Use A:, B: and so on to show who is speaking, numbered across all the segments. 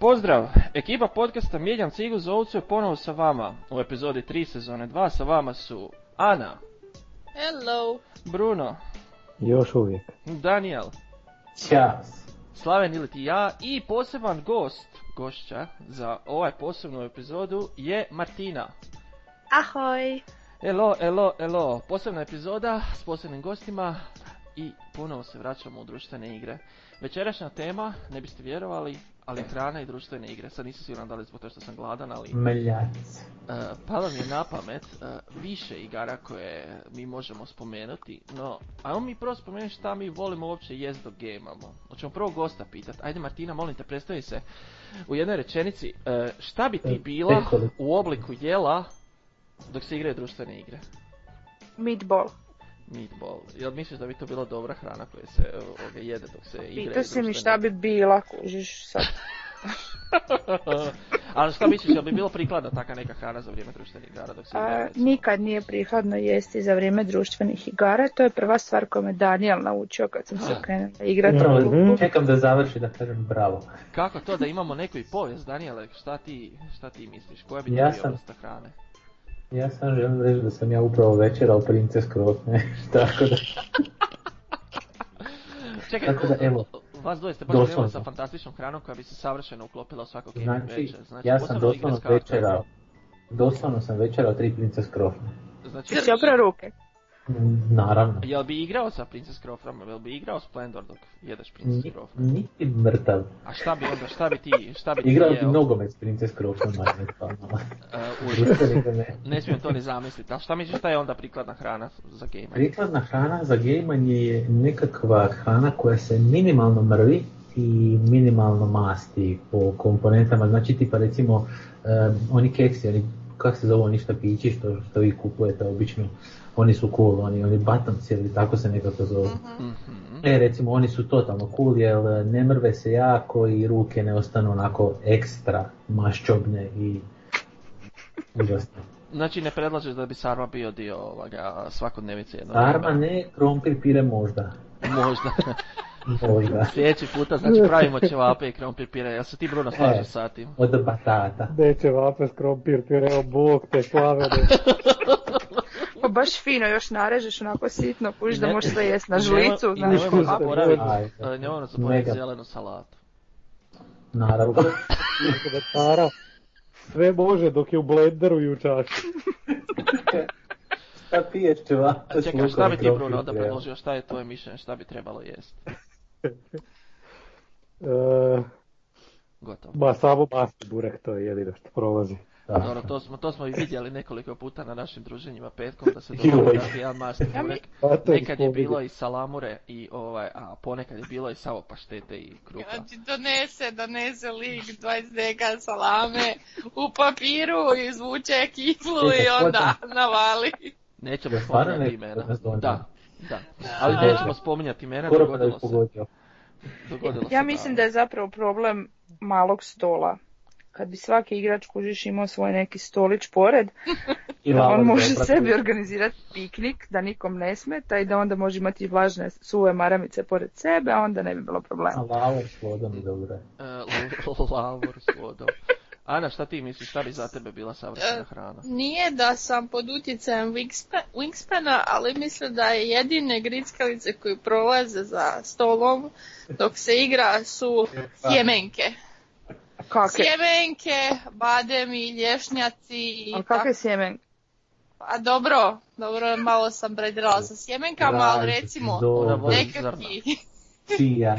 A: Pozdrav! Ekipa podcasta Mijeljan Cigu Zovcu je ponovo sa vama. U epizodi 3 sezone 2 sa vama su Ana,
B: Hello.
A: Bruno,
C: Još uvijek.
A: Daniel,
D: Ćao.
A: Slaven ili ti ja i poseban gost, gošća za ovaj posebnu epizodu je Martina.
B: Ahoj.
A: Elo, elo, elo, posebna epizoda s posebnim gostima i ponovo se vraćamo u društvene igre. Večerašnja tema, ne biste vjerovali, ali hrana i društvene igre. Sad nisam siguran da li zbog toga što sam gladan, ali
D: Mljac.
A: E, palo mi je na pamet e, više igara koje mi možemo spomenuti, no ajmo mi prvo spomenuti šta mi volimo uopće jest dok gameamo. Hoćemo prvo gosta pitati. Ajde Martina, molim te, predstavi se u jednoj rečenici. e, šta bi ti
D: E,
A: bila
D: nekoliko.
A: u obliku jela dok se igraju društvene igre?
B: Meatball.
A: Meatball. Jel misliš da bi to bila dobra hrana koja se e, ovoga, jede dok se igraju
B: Pitao si mi
A: društvene
B: šta bi bila, kužiš sad.
A: Ali šta misliš, jel bi bilo prikladna taka neka hrana za vrijeme društvenih igara dok se
B: A,
A: igraju? recimo?
B: nikad nije prihladno jesti za vrijeme društvenih igara, to je prva stvar koju me Daniel naučio kad sam se krenula igrati.
D: Bravo.
C: Mhm.
D: Čekam da završi da kažem bravo.
A: Kako to da imamo neku i povijest, Daniele, šta ti, šta ti misliš, koja bi ti
D: Ja
A: bila
D: sam-
A: vrsta hrane?
D: Ja sam želim reći da sam ja upravo večerao princes krosne. Tako da,
A: Čekaj,
D: tako da evo.
A: vas dvoje ste baš krenuli
D: Doslovno.
A: sa fantastičnom hranom koja bi se savršeno uklopila u svakog gaming
D: Znači,
A: večer.
D: ja sam
A: posebno
D: doslovno
A: igre s kartama.
D: večerao. Doslovno sam večerao tri princes krosne.
A: Znači,
B: Ti si oprao ruke.
D: Mm, Naravno.
A: jel bi igrao sa Princess Crofrom, jel bi igrao Splendor dok jedeš
D: Ni-
A: Princess Crofrom?
D: Niti mrtav.
A: A šta bi onda, šta bi ti, šta bi ti
D: Igrao bi
A: jeo,
D: nogomet s princes krosnom, majme stvarno.
A: e, užas.
D: Društvene igre ne.
A: Ne smijem to ni zamisliti, ali šta misliš šta je onda prikladna hrana za gaming?
D: Prikladna hrana za gejmanje je nekakva hrana koja se minimalno mrvi i minimalno masti po komponentama. Znači tipa recimo eh, oni keksi, oni, kak se zove oni šta pići što, što vi kupujete obično, oni su cool, oni, oni batonci ili tako se nekako zove.
A: Mhm.
D: E, recimo, oni su totalno cool, jer eh, ne mrve se jako i ruke ne ostanu onako ekstra maščobne i užasne.
A: Znači ne predlažeš da bi Sarma bio dio ovoga svakodnevice jednog
D: Arma
A: gamera?
D: ne, krompir pire možda.
A: Možda.
D: Možda.
A: Sljedeći puta, znači pravimo ćevape i krompir pire. Jel se ti Bruno slažeš sa tim?
D: Od batata.
C: Deće vape, skrompir, pireo, bog te, klavere.
B: Pa baš fino, još narežeš onako sitno, kužiš da
A: Ne-
B: možeš sve jest na
A: i
B: žlicu,
A: nemoj- i
B: znaš. ono,
A: nemojmo
B: a-
A: zaboraviti,
D: Aj,
A: e, nemojmo zaboraviti
D: mega.
A: zelenu salatu.
D: Naravno.
C: Komentara. Sve može dok je u blenderu i u čaši.
D: šta piješ čeva?
A: A Čekaj, a šta bi ti Bruno onda predložio, šta je tvoje mišljenje, šta bi trebalo jest?
C: E,
A: Gotovo.
C: ma samo masti burek, to je jedino što prolazi.
A: Dobro, to smo, to smo i vidjeli nekoliko puta na našim druženjima petkom, da se dogodi
D: Joj.
A: da jedan masni
B: Ja mi-
A: burek.
C: Zato ih
A: Nekad je
C: spominjem.
A: bilo i salamure, i ovaj, a ponekad je bilo i samo paštete i kruha.
E: Znači donese, donese lik 20 deka salame u papiru, izvuče kiflu i
D: Čekaj,
E: onda navali.
A: Nećemo
D: Ja stvarno
A: spominjati
D: ne-
A: imena.
D: ne znam.
A: Da, da. Ali nećemo spominjati imena,
D: Skoro pa da
A: dogodilo se.
D: bi pogodio.
A: Dogodilo se.
B: Ja mislim da je zapravo problem malog stola. Kad bi svaki igrač kužiš imao svoj neki stolić pored,
D: I
B: on
D: Laura
B: može
D: Dobra.
B: sebi organizirati piknik da nikom ne smeta i da onda može imati vlažne suve maramice pored sebe, a onda ne bi bilo
D: A
B: problema.
D: Laura s vodom, dobro. je.
A: Uh, lavor s vodom. Ana, šta ti misliš, šta bi za tebe bila savršena
E: E,
A: hrana?
E: Nije da sam pod utjecajem Wingspa- Wingspana, ali mislim da je jedine grickalice koje prolaze za stolom dok se igra su sjemenke.
B: Kakve?
E: Sjemenke, bademi, lješnjaci i
B: A
E: tako.
B: kakve sjemen?
E: A dobro, dobro, malo sam predirala sa sjemenkama, ali
D: Rajčice,
E: recimo ono,
D: dobro,
A: Ona voli-
E: nekakvi,
D: Čija,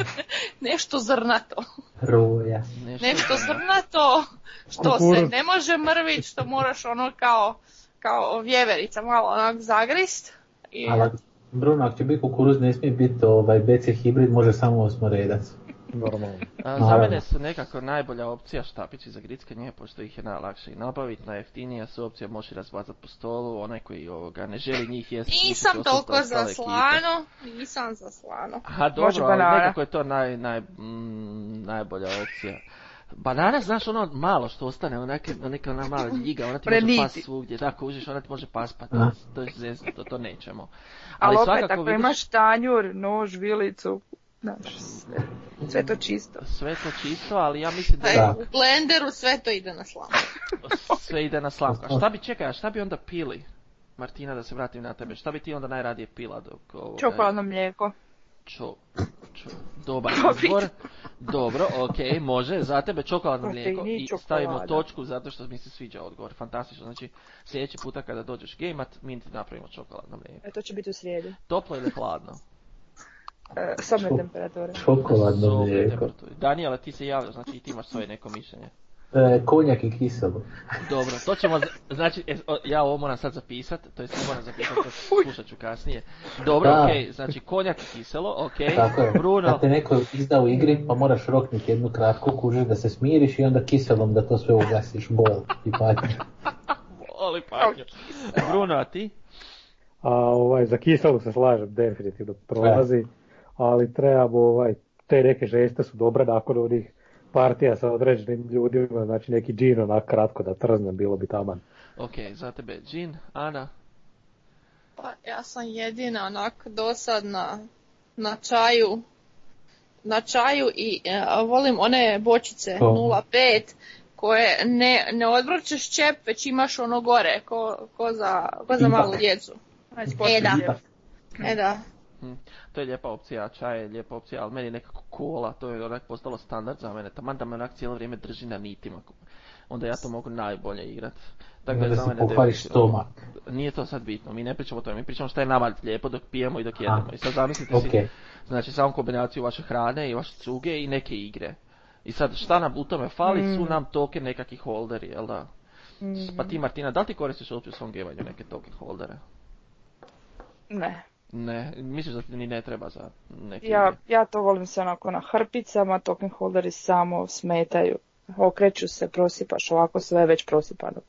E: nešto zrnato.
D: roja.
E: nešto zrnato što se
C: Kukuruz.
E: ne može mrvit, što moraš ono kao, kao vjeverica malo onak zagrist. I,
D: Ali ako- Bruno, ako će biti kukuruz, ne smije biti ovaj BC hibrid, može samo osmoredac.
C: Normalno.
A: A, za
D: naravno.
A: mene su nekako najbolja opcija štapići za grickanje, pošto ih je najlakše i nabaviti, najjeftinija su opcija moći razbacati po stolu, onaj koji ovoga ne želi njih jesti.
E: nisam
A: mislim, to su
E: toliko za
A: ostale ekipe.
E: slano, nisam za slano.
A: Aha,
B: Može
A: dobro, ali
B: banana.
A: nekako je to naj, naj, mm, najbolja opcija. Banana, znaš, ono malo što ostane, onake, neka ona mala ljiga, ona ti može
B: Preniti.
A: pas svugdje, da, ako užiš, ona ti može pas, pa to,
D: A.
A: to je zezno, to, to nećemo. Ali
B: Ali opet,
A: svakako
B: ako
A: vidiš-
B: imaš tanjur, nož, vilicu, znaš, sve, sve to čisto.
A: Sve to čisto, ali ja mislim da
E: Pa je
D: Da.
E: u blenderu sve to ide na slavu.
A: sve ide na slamku. A šta bi, čekaj, a šta bi onda pili? Martina, da se vratim na tebe. Šta bi ti onda najradije pila dok ovo...
B: Čokolano mlijeko.
A: Čo, čo, dobar
B: Covid.
A: izbor. Dobro, ok, može. Za tebe čokoladno mlijeko
B: Proteini i
A: i stavimo
B: čokolada.
A: točku zato što mi se sviđa odgovor. Fantastično. Znači, sljedeći puta kada dođeš gamat, mi ti napravimo čokoladno mlijeko.
B: E, to će biti u srijedu.
A: Toplo ili hladno?
B: E, sobne
D: Ču.
B: temperature.
D: Čokoladno
A: Sobne
D: mlijeko.
A: temperature. Daniela, ti se javljaš, znači i ti imaš svoje neko mišljenje.
D: E, konjak i kiselo.
A: Dobro, to ćemo, z- znači, e, o, ja ovo moram sad zapisat, to jest ne moram zapisat, to slušat ću kasnije. Dobro,
D: Da.
A: okej, znači konjak i kiselo, okej,
D: Tako je.
A: Bruno,
D: Kad te neko izda u igri, pa moraš roknut jednu kratku, kužiš da se smiriš i onda kiselom da to sve ugasiš, bol i patnju.
A: voli patnju. Bruno, a ti?
C: A ovaj, za kiselu se slažem, definitivno prolazi, ali trebamo ovaj, te neke žeste su dobre nakon onih partija sa određenim ljudima, znači neki džin onak kratko da trznem, bilo bi taman.
A: Ok, za tebe Džin, Ana,
E: Pa ja sam jedina onako dosadna na čaju. Na čaju i e, volim one bočice
D: To.
E: 0,5 koje ne, ne odvrćeš čep, već imaš ono gore, ko, ko za, ko za
D: Ipak.
E: malu djecu. Već poslije.
D: Ipak.
E: E da.
A: to je lijepa opcija, čaj je lijepa opcija, ali meni je nekako kola, to je onak postalo standard za mene, taman da me onak cijelo vrijeme drži na nitima, onda ja to mogu najbolje igrat. Tako da je
D: da
A: za
D: se
A: mene
D: pokvariš
A: definitivno-
D: stomak.
A: Nije to sad bitno, mi ne pričamo o tome, mi pričamo šta je nama lijepo dok pijemo i dok jedemo. I sad zamislite si,
D: Ok,
A: znači samo kombinaciju vaše hrane i vaše cuge i neke igre. I sad šta nam u tome fali su nam token nekakih holderi, jel da? Pa ti Martina, da li ti koristiš uopće u svom gemanju neke token holdere?
B: Ne,
A: Ne, misliš da ti ni ne treba za neke
B: ja,
A: igre?
B: ja to volim se onako na hrpicama, token holderi samo smetaju. Okreću se, prosipaš, ovako sve je već prosipano.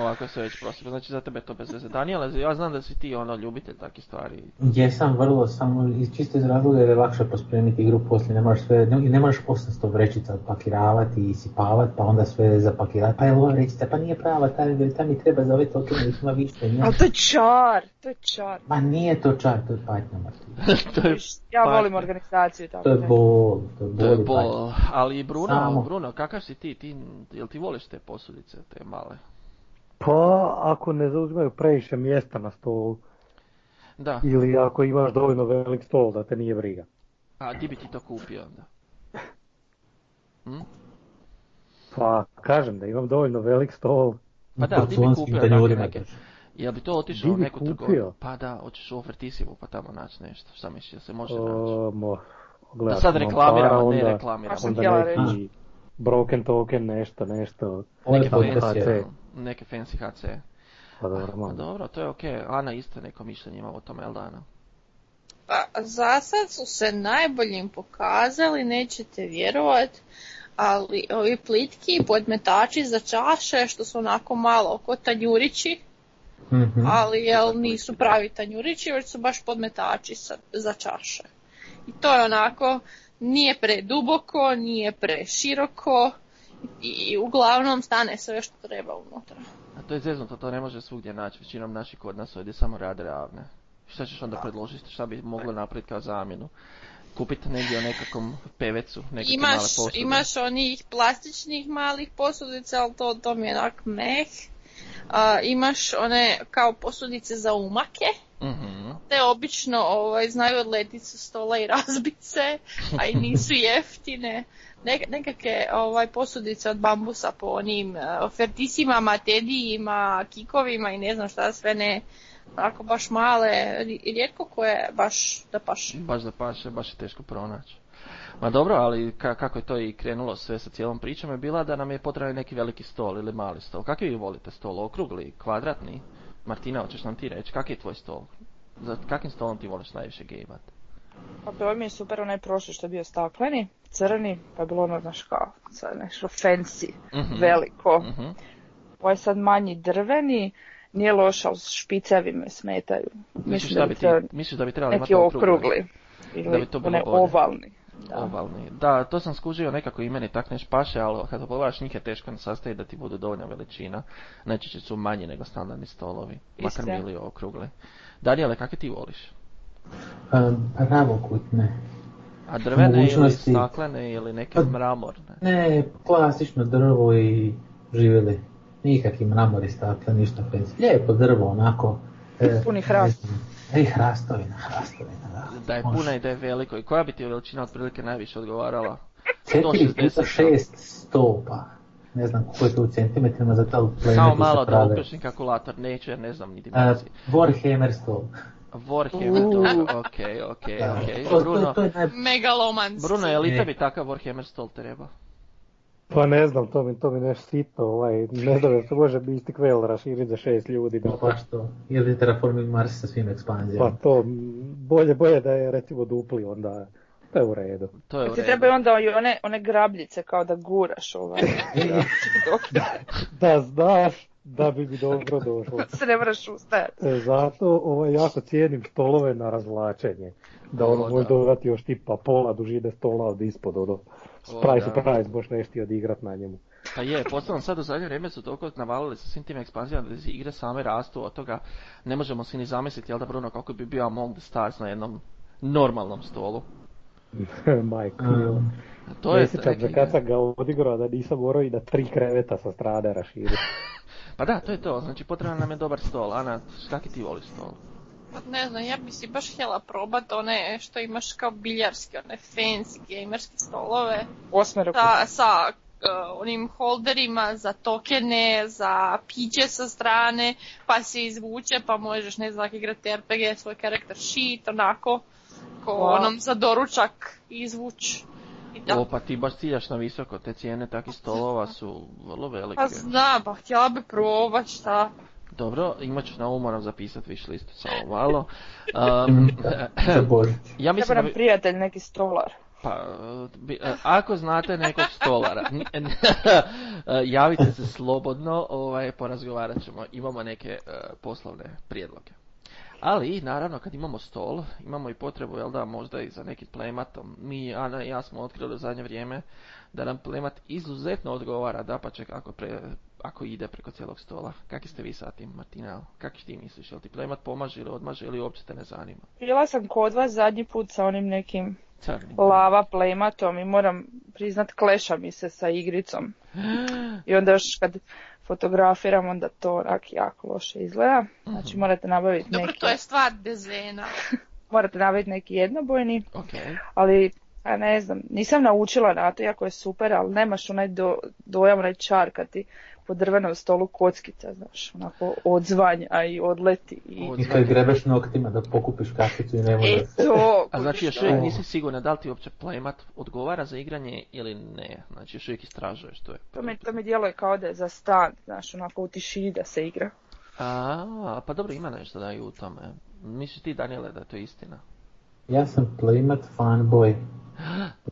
A: Ovako se već prosip, znači za tebe je to bez veze. Daniela, ja znam da si ti ono ljubitelj takih stvari.
D: Jesam vrlo, samo iz čisto iz razloga jer je lakše pospremiti igru poslije, ne moraš sve, ne, ne moraš 800 vrećica pakiravati i sipavati, pa onda sve zapakirati, pa je ova vrećica, pa nije prava, ta, ta mi treba za ove tokene, ih ima više, ne?
B: Ali to je čar, to je čar.
D: Ma nije to čar, to je patnja, Martina.
A: to je,
B: Ja
A: Pa-
B: volim organizaciju i tako.
D: To je
B: dalje.
D: bol, to je bol.
A: to je
D: i patnja.
A: bol. Ali Bruno,
D: Samo.
A: Bruno, kakav si ti? ti? Jel ti voliš te posudice, te male?
C: Pa ako ne zauzimaju previše mjesta na stolu
A: Da,
C: ili ako imaš dovoljno velik stol da te nije briga.
A: a ti bi ti to kupio onda? Hm?
C: Pa kažem da imam dovoljno velik stol,
A: Pa da, ali ti bi
D: Porcelanskim
A: kupio tako
D: tanjurima
A: neke.
D: točno.
A: Jel bi to otišlo
C: Di
A: u
C: bi
A: neku
C: kupio?
A: trgovinu? Pa da, hoćeš u ofertisivu pa tamo naći nešto. Šta misliš, jel se može naći?
C: o, mo,
A: Da
C: gledam,
A: sad
C: imam
A: reklamiramo,
C: para,
A: ne
C: onda-
A: reklamiramo.
B: Sam
C: onda
B: htjela
C: neki broken token, nešto, nešto.
D: Ovo je
A: Neke
D: podcast,
A: fancy,
D: je.
C: HC.
A: neke fancy HC.
C: Pa dobro,
A: Pa
C: malo.
A: dobro, to je okej. Ana isto neko mišljenje ima o tome, jel da Ana?
E: Pa, za sad su se najboljim pokazali, nećete vjerovat, ali ovi plitki podmetači za čaše što su onako malo ko tanjurići,
D: Mhm.
E: ali jel nisu pravi tanjurići, već su baš podmetači sa- za čaše. I to je onako, nije preduboko, nije preširoko i uglavnom stane sve što treba unutra.
A: A to je zeznuto, to ne može svugdje naći. Većinom naših kod nas ovdje samo rade ravne. Šta ćeš onda predložiti, šta bi moglo napraviti kao zamjenu? Kupiti negdje u nekakvom pevecu, neke te male
E: Imaš,
A: posude.
E: imaš onih plastičnih malih posudica, ali to, to mi je onak meh. A, imaš one kao posudice za umake,
A: Mhm.
E: te obično ovaj, znaju odletiti sa stola i razbit se, a i nisu jeftine. Nek- nekakve ovaj, posudice od bambusa po onim eh, ofertisima, tedijima, kikovima i ne znam šta sve ne. Onako baš male, ri- rijetko koje baš da paše.
A: Baš da paše, baš je teško pronaći. Ma dobro, ali ka- kako je to i krenulo sve sa cijelom pričom je bila da nam je potreban neki veliki stol ili mali stol. Kakvi vi volite stol? Okrugli, kvadratni? Martina, hoćeš nam ti reći, kakav je tvoj stol? Za kakim stolom ti voliš najviše gamat?
B: Pa bilo mi je super onaj prošli što je bio stakleni, crni, pa je bilo ono, znaš kao, sad nešto fancy,
A: Mhm.
B: veliko.
A: Mhm.
B: Ovo je sad manji drveni, nije loš, ali špicevi me smetaju.
A: Misliš,
B: Mislim
A: da
B: da
A: bi
B: bi
A: ti,
B: to
A: misliš da bi trebali
B: neki
A: imati okrugli?
B: okrugli. Ili
A: Da bi to bilo
B: onaj
A: bolje.
B: ovalni. Da.
A: ovalni. Da, to sam skužio nekako i meni tak neš paše, ali kada pogledaš njih je teško sastaviti da ti budu dovoljna veličina. Najčešće su manji nego standardni stolovi, makar
B: Istina.
A: bili
D: Ehm,
A: okrugli. Danijele, kakve ti voliš?
D: Um, pravokutne.
A: A drvene ili
D: mogućnosti.
A: staklene ili neke
D: Pa-
A: mramorne.
D: Ne, klasično drvo i živjeli. Nikakvi mramori stakle, ništa fancy. Lijepo drvo, onako. e,
B: Puni hrast.
D: ne znam, E, hrastovina, hrastovina, da. Ono,
A: Da je
D: Može.
A: puna i da je veliko. I koja bi ti veličina otprilike najviše odgovarala?
D: Četiri puta
A: 160.
D: šest stopa. Ne znam koliko je to u centimetrima, za to
A: Samo malo da upišem kalkulator, neću jer ne znam ni dimenzije.
D: E, Warhammer stol.
A: Warhammer, dobro, okej, okej,
D: Da.
A: okej.
D: To- to-
A: E, Bruno,
D: to je naj-
E: Megaloman.
A: Bruno, je li
D: Ne.
A: tebi takav Warhammer stol treba?
C: Pa ne znam, to mi, to mi nešto sitno, ovaj, ne znam da se može Mystic Veil raširiti za šest ljudi.
D: Pa baš to. Ili Terraforming Mars sa svim ekspanzijama.
C: Pa to, m, bolje, bolje da je recimo dupli, onda to je u redu.
A: To je u
B: Ti
A: redu.
B: trebaju onda i one, one grabljice kao da guraš ovaj.
C: Da znaš da bi mi dobro došlo.
B: se ne moraš ustajati.
C: E, Zato ovaj, jako cijenim stolove na razvlačenje. Da ono
A: O,
C: može
A: da.
C: dodati još tipa pola dužine stola od ispod, ono, surprise,
A: da.
C: surprise, možeš nešto i odigrat na njemu.
A: Pa je, posebno sad u zadnje vrijeme su toliko navalili sa svim tim ekspanzijama da igre same rastu od toga. Ne možemo si ni zamisliti, jel da Bruno, kako bi bio Among the Stars na jednom normalnom stolu.
C: Majko.
D: Um,
A: To je
C: Sjećam se
A: neki-
C: kad sam ga odigrao da nisam morao i da tri kreveta sa strane raširiti.
A: Pa da, to je to, znači potreban nam je dobar stol. Ana, šta ti voliš stol?
E: Ne znam, ja bi si baš htjela probat one što imaš kao biljarski, one fancy gamerske stolove.
B: Osmero.
E: Sa, sa e, onim holderima za tokene, za piće sa strane, pa se izvuče, pa možeš ne znam igrati RPG, svoj karakter sheet, onako, ko
B: Wow.
E: onom za doručak izvuć. I da.
A: O, pa ti baš ciljaš na visoko, te cijene takvih stolova su vrlo velike.
E: Pa znam, pa htjela bi probat šta.
A: Dobro, imat ću na umu, moram zapisati viš listu, samo malo. Um,
D: Ehm, za Božić.
A: ja mislim
B: Treba
A: da
B: nam
A: bi-
B: prijatelj neki stolar.
A: pa, bi- ako znate nekog stolara, n- n- e, javite se slobodno, ovaj, porazgovarat ćemo, imamo neke eh, poslovne prijedloge. Ali, naravno, kad imamo stol, imamo i potrebu, jel da, možda i za nekim playmatom. Mi, Ana i ja smo otkrili u zadnje vrijeme da nam playmat izuzetno odgovara, da pa ček, ako, pre- ako ide preko cijelog stola. Kaki ste vi sa tim, Martina? Kak ti misliš? Jel ti playmat pomaže ili odmaže ili uopće te ne zanima?
B: Bila sam kod vas zadnji put sa onim nekim
A: Crni.
B: lava playmatom i moram priznat kleša mi se sa igricom. I onda još kad fotografiram onda to onak jako loše izgleda. Znači morate nabaviti
E: Dobro,
B: neki,
E: to je stvar dezena.
B: morate nabaviti neki jednobojni,
A: Ok.
B: ali ja ne znam, nisam naučila na to, iako je super, ali nemaš onaj do, dojam, onaj čar kad ti po drvenom stolu kockica, znaš, onako odzvanja i odleti. I...
A: Od-
D: I kad grebeš noktima da pokupiš kaficu i ne
B: E
D: možeš.
B: to,
A: A znači još
B: kužiš,
A: uvijek
D: Evo.
A: nisi sigurna da li ti uopće playmat odgovara za igranje ili ne. Znači još uvijek istražuješ što je.
B: To mi, to mi djeluje kao da je za stan, znaš, onako u tišini da se igra.
A: A, pa dobro ima nešto da i u tome. Misliš ti Daniele da je to istina?
D: Ja sam Playmat fanboy.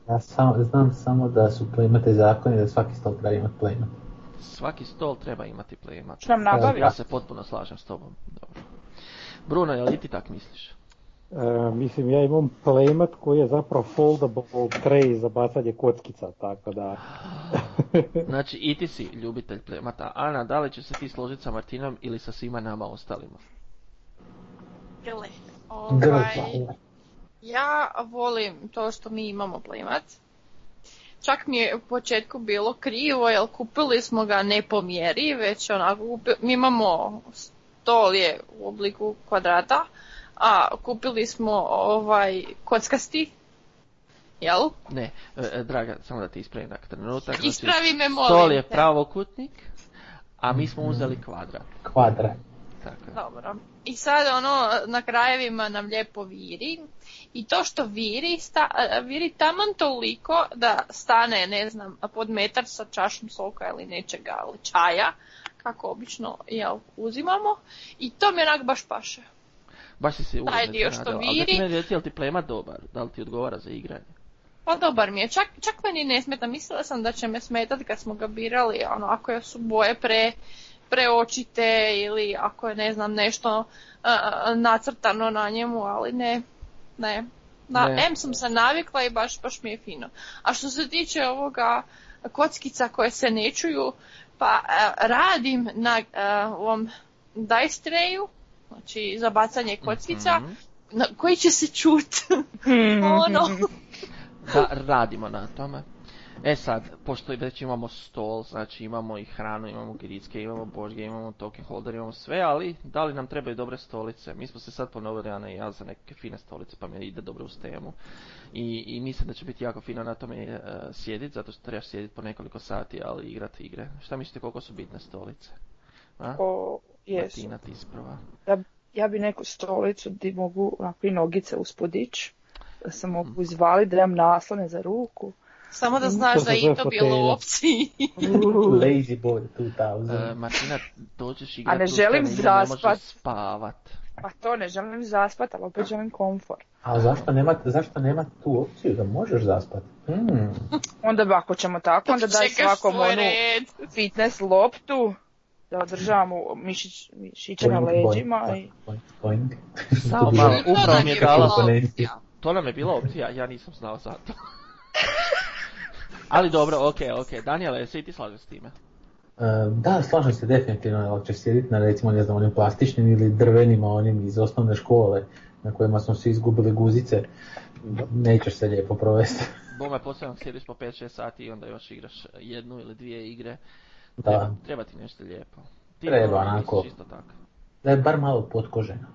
D: Ja sam, znam samo da su Playmate zakoni da svaki stol treba imati Playmat.
A: Svaki stol treba imati playmat.
B: Što nam nabavi?
A: Ja se potpuno slažem s tobom. Dobro. Bruno, jel i ti tak misliš?
C: E, mislim, ja imam playmat koji je zapravo foldable tray za bacanje kockica, tako da...
A: Znači i ti si ljubitelj playmata. Ana, da li će se ti složiti sa Martinom ili sa svima nama ostalima?
E: Gle,
D: Grl
E: ovaj,
D: Playmat.
E: ja volim to što mi imamo plimat. Čak mi je u početku bilo krivo, jer kupili smo ga ne po mjeri, već onako, kupi- mi imamo stol je u obliku kvadrata, a kupili smo ovaj kockasti, jel?
A: Ne, e, e, draga, samo da ti ispravim na trenutak. Znači,
E: Ispravi me, molim
A: stol je
E: te.
A: pravokutnik, a mi smo uzeli kvadrat.
D: Kvadrat.
A: Tako je.
E: Dobro. I sad ono na krajevima nam lijepo viri i to što viri, sta, viri taman toliko da stane, ne znam, pod metar sa čašom soka ili nečega, ili čaja, kako obično jel, uzimamo i to mi onak baš paše.
A: Baš si se ugodno
E: Taj dio što
A: iznenadila, ali da ti
E: viri.
A: meni reci, jel ti playmat dobar? Da li ti odgovara za igranje?
E: Pa dobar mi je, čak, čak meni ne smeta, mislila sam da će me smetati kad smo ga birali, ono, ako su boje pre, preočite ili ako je ne znam nešto eh, nacrtano na njemu, ali ne, ne. Na,
A: Ne.
E: M sam se navikla i baš, baš mi je fino. A što se tiče ovoga kockica koje se ne čuju, pa eh, radim na eh, ovom dice trayu, znači za bacanje kockica,
A: Mhm.
E: na, koji će se čut. Hmm. ono,
A: da radimo na tome. E sad, pošto već imamo stol, znači imamo i hranu, imamo gricke, imamo božge, imamo token holder, imamo sve, ali da li nam trebaju dobre stolice? Mi smo se sad ponovili, Ana i ja, za neke fine stolice, pa mi ide dobro uz temu. I, i mislim da će biti jako fino na tome e, sjediti, zato što trebaš sjediti po nekoliko sati, ali igrati igre. Šta mislite koliko su bitne stolice? A?
B: O, jesu.
A: Martina, ti isprava.
B: Ja bi neku stolicu di mogu onako i nogice uspod ić, da se
A: Mhm.
B: mogu izvaliti, da imam naslone za ruku.
E: Samo
A: Mm.
E: da znaš
C: To
E: da
C: se
E: je
C: zove
E: i to bilo u
C: fotelja.
E: opciji.
B: Uh.
D: Lazy boy 2000.
B: Um,
A: E, Martina, dođeš igrati
B: A ne
A: uz
B: želim
A: temu, ne možeš
B: zaspat.
A: spavat.
B: Pa to ne želim zaspat, ali opet želim komfor.
D: A zašto nema, zašto nema tu opciju da možeš zaspati? Hmm.
B: Onda ba, ako ćemo tako, onda daj
E: Čekaš
B: svakom
E: svoj
B: onu
E: red.
B: fitness loptu, da održavamo mišić, mišiće na
D: Boing, boing,
B: leđima i...
D: boing, boing.
A: Samo
D: To bi
A: malo,
D: bilo-
E: upravo
A: upravo mi je dala
D: Kako konvencija.
A: To nam je bila opcija, ja nisam znao za to. Ali dobro, ok, ok. Daniele, se i ti slažeš s time?
D: E, Da, slažem se definitivno, ali će sjediti na recimo, ne znam, onim plastičnim ili drvenima onim iz osnovne škole na kojima smo svi izgubili guzice, nećeš se lijepo provesti.
A: Bome, posebno sjediš po 5-6 sati i onda još igraš jednu ili dvije igre. Treba,
D: Da,
A: treba ti nešto lijepo. Ti
D: Treba,
A: normalno nisi
D: onako.
A: Čisto tako.
D: da je bar malo potkoženo.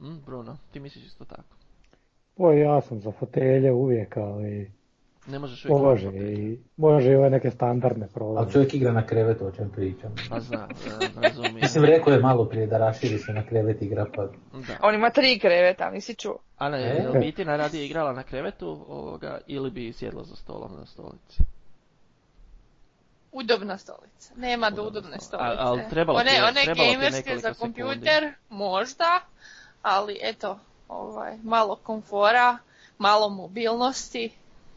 A: Mm, Bruno, ti misliš isto tako.
C: O, pa ja sam za fotelje uvijek, ali
A: Ne možeš uvijek...
C: može
A: imati
C: i, može i ove neke standardne
D: Ali
C: prolaze.
D: čovjek igra na krevetu, o čem pričam.
A: papir. Pa znam, e, razumijem.
D: Mislim, rekao je malo prije da raširi se na krevet igra, pa
A: Da.
B: On ima tri kreveta, nisi čuo.
A: Ana, je
D: E?
A: li bi ti najradije igrala na krevetu ovoga, ili bi sjedla za stolom na stolici?
E: Udobna stolica. Nema do
A: Udobna
E: udobne
A: stolica.
E: stolice.
A: A- ali trebalo ti
E: one,
A: je-
E: one
A: trebalo ti je
E: gamerske za
A: nekoliko sekundi.
E: kompjuter, možda, ali eto, ovaj, malo komfora, malo mobilnosti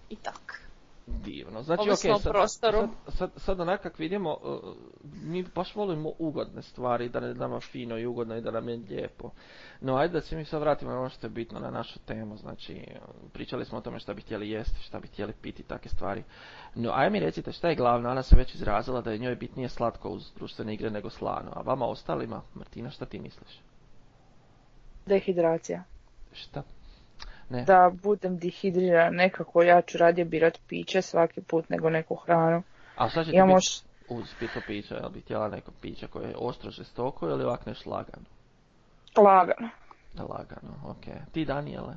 E: i tak.
A: Divno. Znači,
E: Ovisno
A: okej,
E: o
A: sad,
E: prostoru.
A: Sad, sad, sad onak kak vidimo, uh, mi baš volimo ugodne stvari, da je nama fino i ugodno i da nam je lijepo. No ajde da se mi sad vratimo na ono što je bitno na našu temu, znači pričali smo o tome šta bi htjeli jesti, šta bi htjeli piti, take stvari. No ajde mi recite šta je glavno, Ana se već izrazila da je njoj bitnije slatko uz društvene igre nego slano, a vama ostalima, Martina šta ti misliš?
B: Dehidracija.
A: Šta? Ne,
B: Da budem dehidriran nekako, ja ću radije birat piće svaki put nego neku hranu.
A: a šta će ti
B: Ja
A: biti
B: moš...
A: uz pito piće, jel bi htjela neko piće koje je ostro, žestoko ili ovak nešto lagano?
B: Lagano.
A: Lagano, ok. Ti Daniele?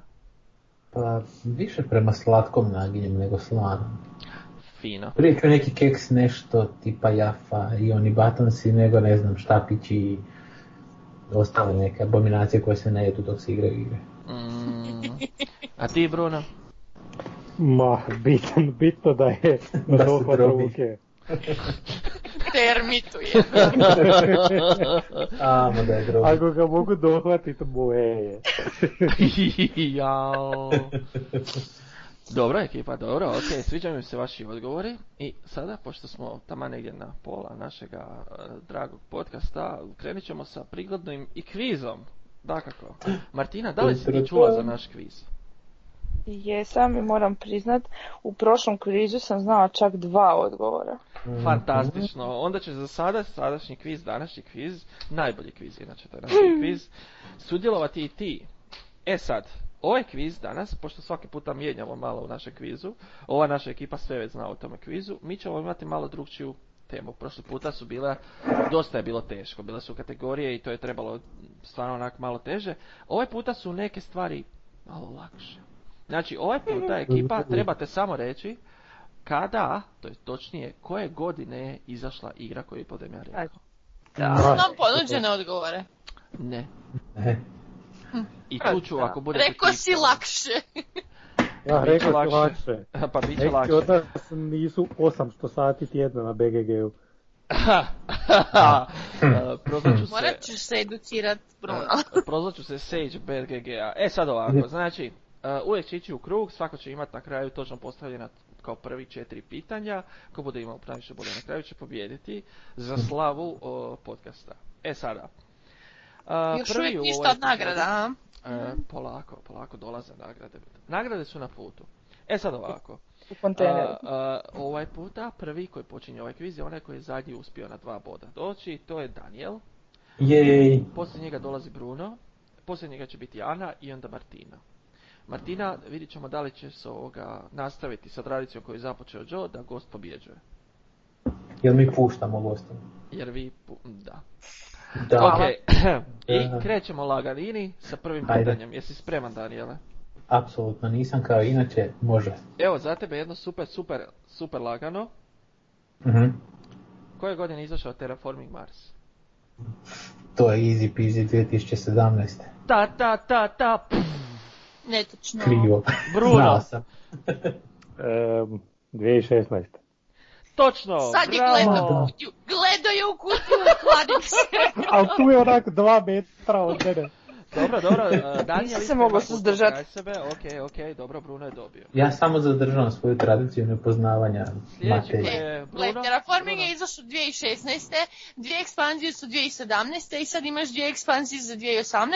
D: Pa više prema slatkom naginjem nego slanom.
A: Fino.
D: Prije ću neki keks nešto tipa jafa i oni batonsi nego ne znam štapići i ostale neke abominacije koje se ne jedu dok se igraju igre.
A: Mm. A ti Bruno?
C: Ma, bitno, bitno da je
D: Da
C: na
D: se
C: dohvat
D: drobi.
C: ruke.
E: Termitu je.
D: Amo da je droga.
C: Ako ga mogu dohvatit, moje je.
A: Jao. Dobro ekipa, dobro, ok, sviđaju mi se vaši odgovori i sada, pošto smo tamo negdje na pola našega eh, dragog podcasta, krenut ćemo sa prigodnim i kvizom, dakako. Martina, da li si ti čula za naš kviz?
B: Jesam i moram priznat, u prošlom krizu sam znala čak dva odgovora.
D: Mhm.
A: Fantastično. Onda će za sada, sadašnji kviz, današnji kviz, najbolji kviz, inače to je današnji kviz, sudjelovati i ti. E sad, ovaj kviz danas, pošto svaki puta mijenjamo malo u našem kvizu, ova naša ekipa sve već zna o tome kvizu, mi ćemo imati malo drugčiju temu. Prošli puta su bila, dosta je bilo teško, bile su kategorije i to je trebalo stvarno onak malo teže. Ovaj puta su neke stvari malo lakše. Znači, ovaj puta ekipa trebate samo reći kada, to je točnije, koje godine je izašla igra koju budem ja rekao.
C: Ma,
E: Znam ponuđene odgovore.
A: Ne.
D: Ne.
A: I tu ću, ako budete...
E: Rekao si
A: tipali-
E: lakše.
C: Ja
A: Bit će
C: rekao
A: lakše.
C: ću lakše.
A: pa bit će
C: Neki od
A: lakše.
C: nas nisu 800 sati tjedno na BGG-u.
A: E, Prozvat ću se,
E: Morat ono. ćeš se educirat, Bruno.
A: e, prozvat ću se Sage BGG-a. E sad ovako, znači, e, uvijek će ići u krug, svako će imati na kraju točno postavljena kao prvi četiri pitanja, ko bude imao praviše bude na kraju će pobijediti za slavu o, podcasta. E sada. E,
E: Još
A: prvi
E: uvijek
A: u
E: ništa
A: ovoj
E: od nagrada,
A: epizodi-
E: a?
A: E,
D: Mhm.
A: polako, polako dolaze nagrade. Nagrade su na putu. E sad ovako.
B: U kontejneru.
A: A, a, ovaj puta prvi koji počinje ovaj kviz je onaj koji je zadnji uspio na dva boda doći, to je Daniel.
D: Jej.
A: Poslije njega dolazi Bruno, poslije njega će biti Ana i onda Martina. Martina, vidjet ćemo da li će se ovoga nastaviti sa tradicijom koju je započeo Joe, da gost pobjeđuje.
D: Jel mi puštamo gostima?
A: Jer vi, pu- da.
D: Da.
A: Ok,
D: Da.
A: i krećemo laganini sa prvim
D: Ajde.
A: pitanjem. Jesi spreman, Daniele?
D: Apsolutno nisam kao inače, može.
A: Evo, za tebe jedno super, super, super lagano.
D: Mhm.
A: Koje godine je izašao Terraforming Mars?
D: To je easy peasy 2017.
A: Ta, ta, ta, ta, pff,
E: Netočno.
D: Krivo.
A: Bruno.
D: Znao sam.
C: Em, 2016.
A: točno,
E: Sad je gledao u
A: bravo.
E: kutiju. Gledao je u kutiju, kladim se.
C: Ali tu je onako dva metra od mene.
A: Dobro, dobro, e, Daniel
B: Nisam se
A: isto
B: mogla
A: ima kutu
B: suzdržati.
A: kraj sebe, ok, ok, dobro, Bruno je dobio.
D: Ja samo zadržavam svoju tradiciju nepoznavanja
A: Sljedeći koji
D: materije.
A: je
E: Gle,
A: Bruno.
E: Terraforming je
A: Bruno.
E: izašao 2016. Dvije ekspanzije su 2017. I sad imaš dvije ekspanzije za 2018.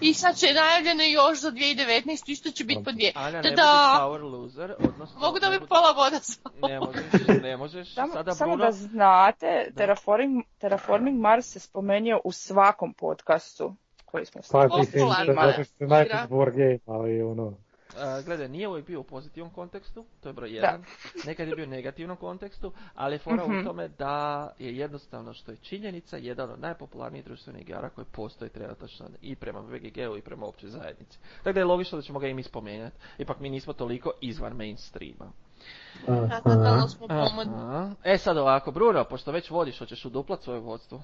E: I sad će najavljeno još za 2019. Isto će biti po dvije.
A: Anja, ne
E: Da,
A: budi
E: da.
A: power loser, odnosno...
E: Mogu
A: ne
E: dobiti
A: budi-
E: pola voda za ovo.
A: Ne možeš, ne možeš.
B: Samo,
A: Sada
B: samo
A: Bruno,
B: da znate,
A: Da.
B: Terraforming, Terraforming Mars se spomenuo u svakom podcastu koji smo
C: Pa
B: slušali.
C: mislim,
E: Popularna
C: zato što je najpred
E: igra.
C: board game, ali ono...
A: e, gledaj, nije uvijek bio u pozitivnom kontekstu, to je broj jedan. Nekad je bio u negativnom kontekstu, ali je fora u
B: Mhm.
A: tome da je jednostavno što je činjenica jedan od najpopularnijih društvenih igara koji postoji trenutačno i prema VGG-u i prema općoj zajednici. Tako da je logično da ćemo ga i mi spomenuti. Ipak mi nismo toliko izvan mainstreama.
E: Da,
D: Ah, Aha.
E: totalno smo pomodni.
A: Aha. E sad ovako, Bruno, pošto već vodiš, hoćeš uduplat svoje vodstvo.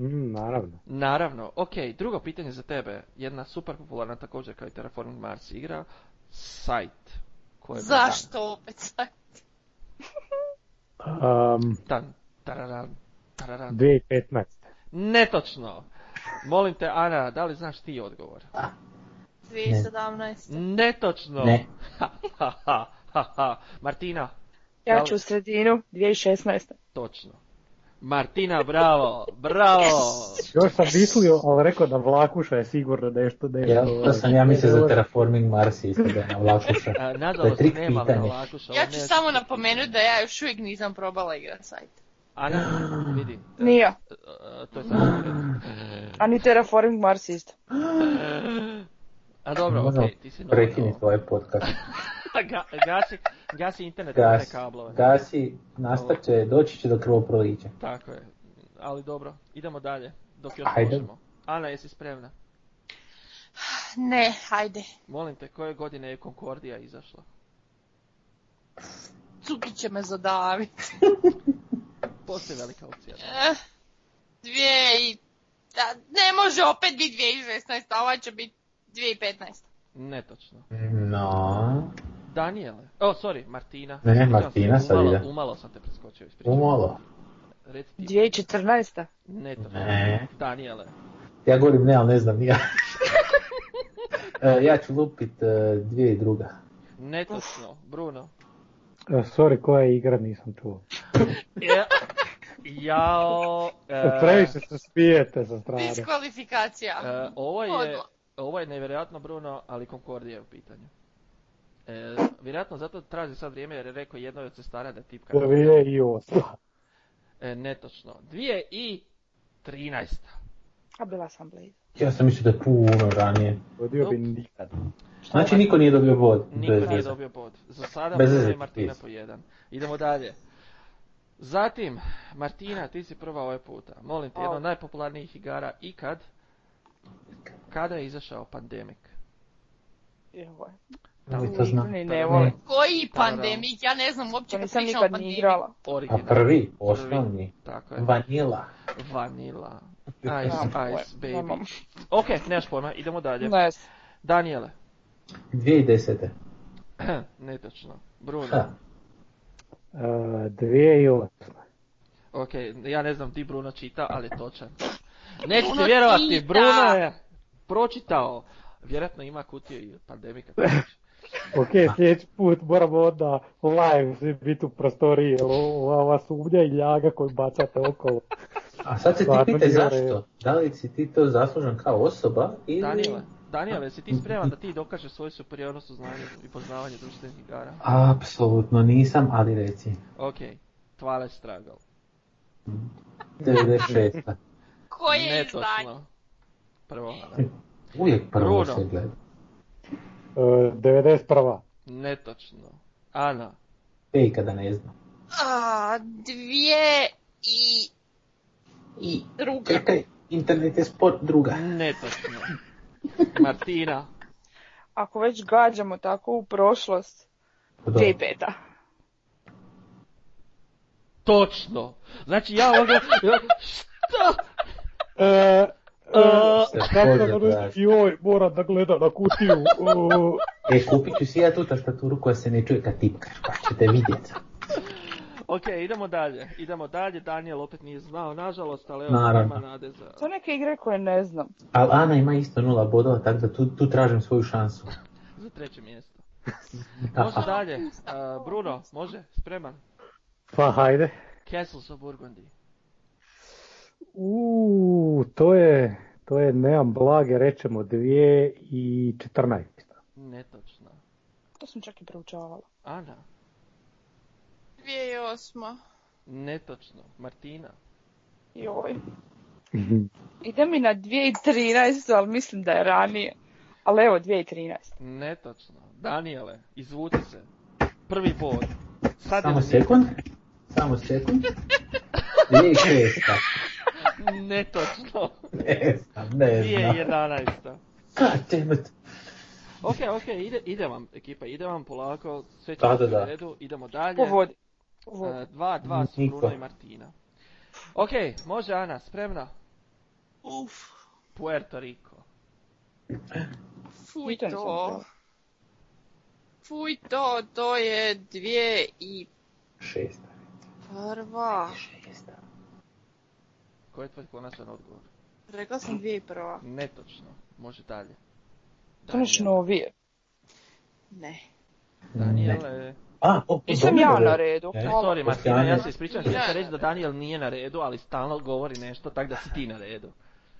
C: Mm, naravno.
A: Naravno, ok, drugo pitanje za tebe, jedna super popularna također kao i Terraforming Mars igra, Sight. Koje je bilo
E: Zašto opet sad?
C: Um,
A: Tan, tararan, tararan.
C: 2015.
A: Netočno! Molim te, Ana, da li znaš ti odgovor?
E: 2017.
A: Netočno!
D: Ne.
A: Ha, ha, ha, ha, ha. Martina,
B: Ja ću u sredinu 2016.
A: točno. Martina, bravo, bravo!
C: Još sam mislio, ali rekao da Vlakuša je sigurno nešto... nešto
D: Ja,
C: ovaj,
D: to sam ja mislio za
C: ovaj,
D: Terraforming Mars isto da je na Vlakuša.
A: E,
D: To je
A: Nažalost,
D: trik
A: nema
D: pitanje.
A: Vlakuša,
E: Ja
A: ovo
E: ću
A: ne-
E: samo napomenuti da ja još uvijek nisam probala igrat sajt.
A: Ana, vidi. e,
B: Nije,
A: e, e, To je samo...
B: a ni Terraforming Mars isto.
A: A dobro,
D: Možemo
A: okej, ti si novo.
D: Prekinite ovaj podcast.
A: Ga- gasi, gasi internet, ne
D: Gasi,
A: kablove.
D: gasi, nastavit će, doći će do krvoprolića.
A: Tako je. Ali dobro, idemo dalje, dok još
D: Ajde.
A: možemo. Ana, jesi spremna?
E: Ne, hajde.
A: Molim te, koje godine je Concordia izašla?
E: Cuki će me zadavit.
A: Postoji velika opcija. da.
E: Eh, Dvije i... Da, ne može opet biti 2016, a ovaj će biti 2015.
A: Netočno.
D: No,
A: Daniele. O, sorry, Martina.
D: Ne,
A: Ispričavam
D: Martina
A: se,
D: sad
A: umalo-
D: ide.
A: Umalo sam te preskočio, ispričavam.
D: umalo.
A: Reci ti.
B: 2014.
A: Netočno.
D: Ne.
A: Daniele.
D: Ja govorim ne, ali ne znam ni ja. E, ja ću lupit e, dvije i druga.
A: Netočno. Bruno.
C: e, Sorry, koja je igra, nisam čuo.
A: Ja, jao. e,
C: Previše se smijete sa strane.
E: Diskvalifikacija.
A: E, ovo je,
E: Odmah.
A: ovo je nevjerojatno Bruno, ali Concordia je u pitanju. E, vjerojatno zato traži sad vrijeme jer je rekao jednoj od sestara da tipka.
C: 2008.
A: E, netočno. 2013. i
B: A bila sam blizu.
D: Ja sam mislio da je puno ranije.
C: Vodio bi nikad.
D: Znači niko nije dobio bod.
A: Niko
D: bez
A: nije
D: veze.
A: dobio bod. Za sada
D: Bez
A: Bruno
D: veze,
A: i Martina
D: please.
A: po jedan. Idemo dalje. Zatim, Martina, ti si prva ovaj puta. Molim te, jedna od najpopularnijih igara ikad. Kada je izašao Pandemic?
B: Joj,
D: Da li
B: tu
D: to zna?
B: igru ni ne volim.
E: Koji pandemik? Ja ne znam uopće
B: To
E: kad
B: nisam
E: pričamo o
B: nikad ni
E: pandemiji.
B: igrala.
D: A
A: Original.
D: Pa prvi, osnovni,
A: Tako je.
D: vanila.
A: Vanilla.
B: Nemam
A: Ice,
B: pojma,
A: ice, baby.
B: nemam.
A: Ok, nemaš pojma, idemo dalje.
B: Ne znam.
A: Daniele.
D: 2010.
A: Netočno. Bruno.
D: Ha.
C: Uh, 2008.
A: Ok, ja ne znam di Bruno čita, ali je točan. Nećete
E: Bruno
A: vjerovati,
E: čita!
A: Bruno je pročitao. Vjerojatno ima kutiju i pandemika.
C: Ok, sljedeći put moramo onda live svi biti u prostoriji, jer ova ova sumnja i ljaga koju bacate okolo.
D: A sad se ti
C: Stvarno
D: pitaj
C: nije u
D: zašto?
C: redu.
D: Da li si ti to zaslužan kao osoba ili...
A: Daniele, Daniele, jesi ti spreman da ti dokažeš svoju superiornost u znanju i poznavanju društvenih igara?
D: Apsolutno nisam, ali reci.
A: Ok, Twilight Struggle.
D: 96.
E: Koje je izdanje?
A: Netočno. Prvo.
D: Uvijek prvo
A: Bruno.
D: se gleda.
C: E, 91.
A: Netočno. Ana,
D: Te kada ne znam.
E: A, dvije i
D: I,
E: druga.
B: E.
D: čekaj, internet je sport druga.
A: netočno. Martina,
B: Ako već gađamo tako u prošlost,
D: Dobro.
B: J-Beta.
A: točno. Znači ja ovdje... Šta?
C: E, e,
D: Se
C: kako
D: može
C: da gledam?
D: tražiti.
C: Joj, moram da gledam na kutiju. o.
D: E, kupit ću si ja tu tastaturu koja se ne čuje kad tipkaš, pa ćete vidjeti.
A: Ok, idemo dalje. Idemo dalje. Daniel opet nije znao, nažalost, ali evo
D: Naravno.
A: nema nade za...
B: To neke igre koje ne znam.
D: Ali Ana ima isto nula bodova, tako da tu, tu tražim svoju šansu.
A: za treće mjesto. Može
D: Da,
A: dalje. Uh, Bruno, može? Spreman?
C: Pa hajde.
A: Castles of Burgundy.
C: U, to je, to je, nemam blage, rečemo 2 i 14.
A: Netočno.
B: To sam čak i proučavala.
A: Ana,
E: Dvije i osma.
A: netočno. Martina,
B: Joj. Ide mi na 2013, ali mislim da je ranije. Ali evo, 2013.
A: netočno. Daniele, izvuci se. Prvi bod. Sad je
D: Samo
A: na
D: sekund. Samo sekund. Dvije i šesta.
A: mjestu. Netočno.
D: Ne znam, ne znam.
A: 2011.
D: God damn it.
A: Ok, ok, ide, ide vam ekipa, ide vam polako, sve će
D: Da,
A: biti
D: da,
A: u
D: da.
A: redu, idemo dalje.
B: Po vodi. Po vodi.
A: E, dva, dva su
D: Niko.
A: Bruno i Martina. Ok, može Ana, spremna?
E: Uf,
A: Puerto Rico.
E: fuj
B: Ničem sam
E: to.
B: bila.
E: Fuj to, to je dvije i
D: Šesta.
E: prva.
D: Šesta.
A: Koji je tvoj konačan odgovor?
E: Rekla sam dvije i prva.
A: Netočno, može dalje. E,
B: Konačno novije.
E: Ne.
A: Daniele...
D: A, o,
B: Nisam ja na redu.
D: E,
B: hvala.
A: e, Sorry Martina, ja se ispričam, htio
E: Ja.
A: sam reći da Daniel nije na redu, ali stalno govori nešto, tako da si ti na redu.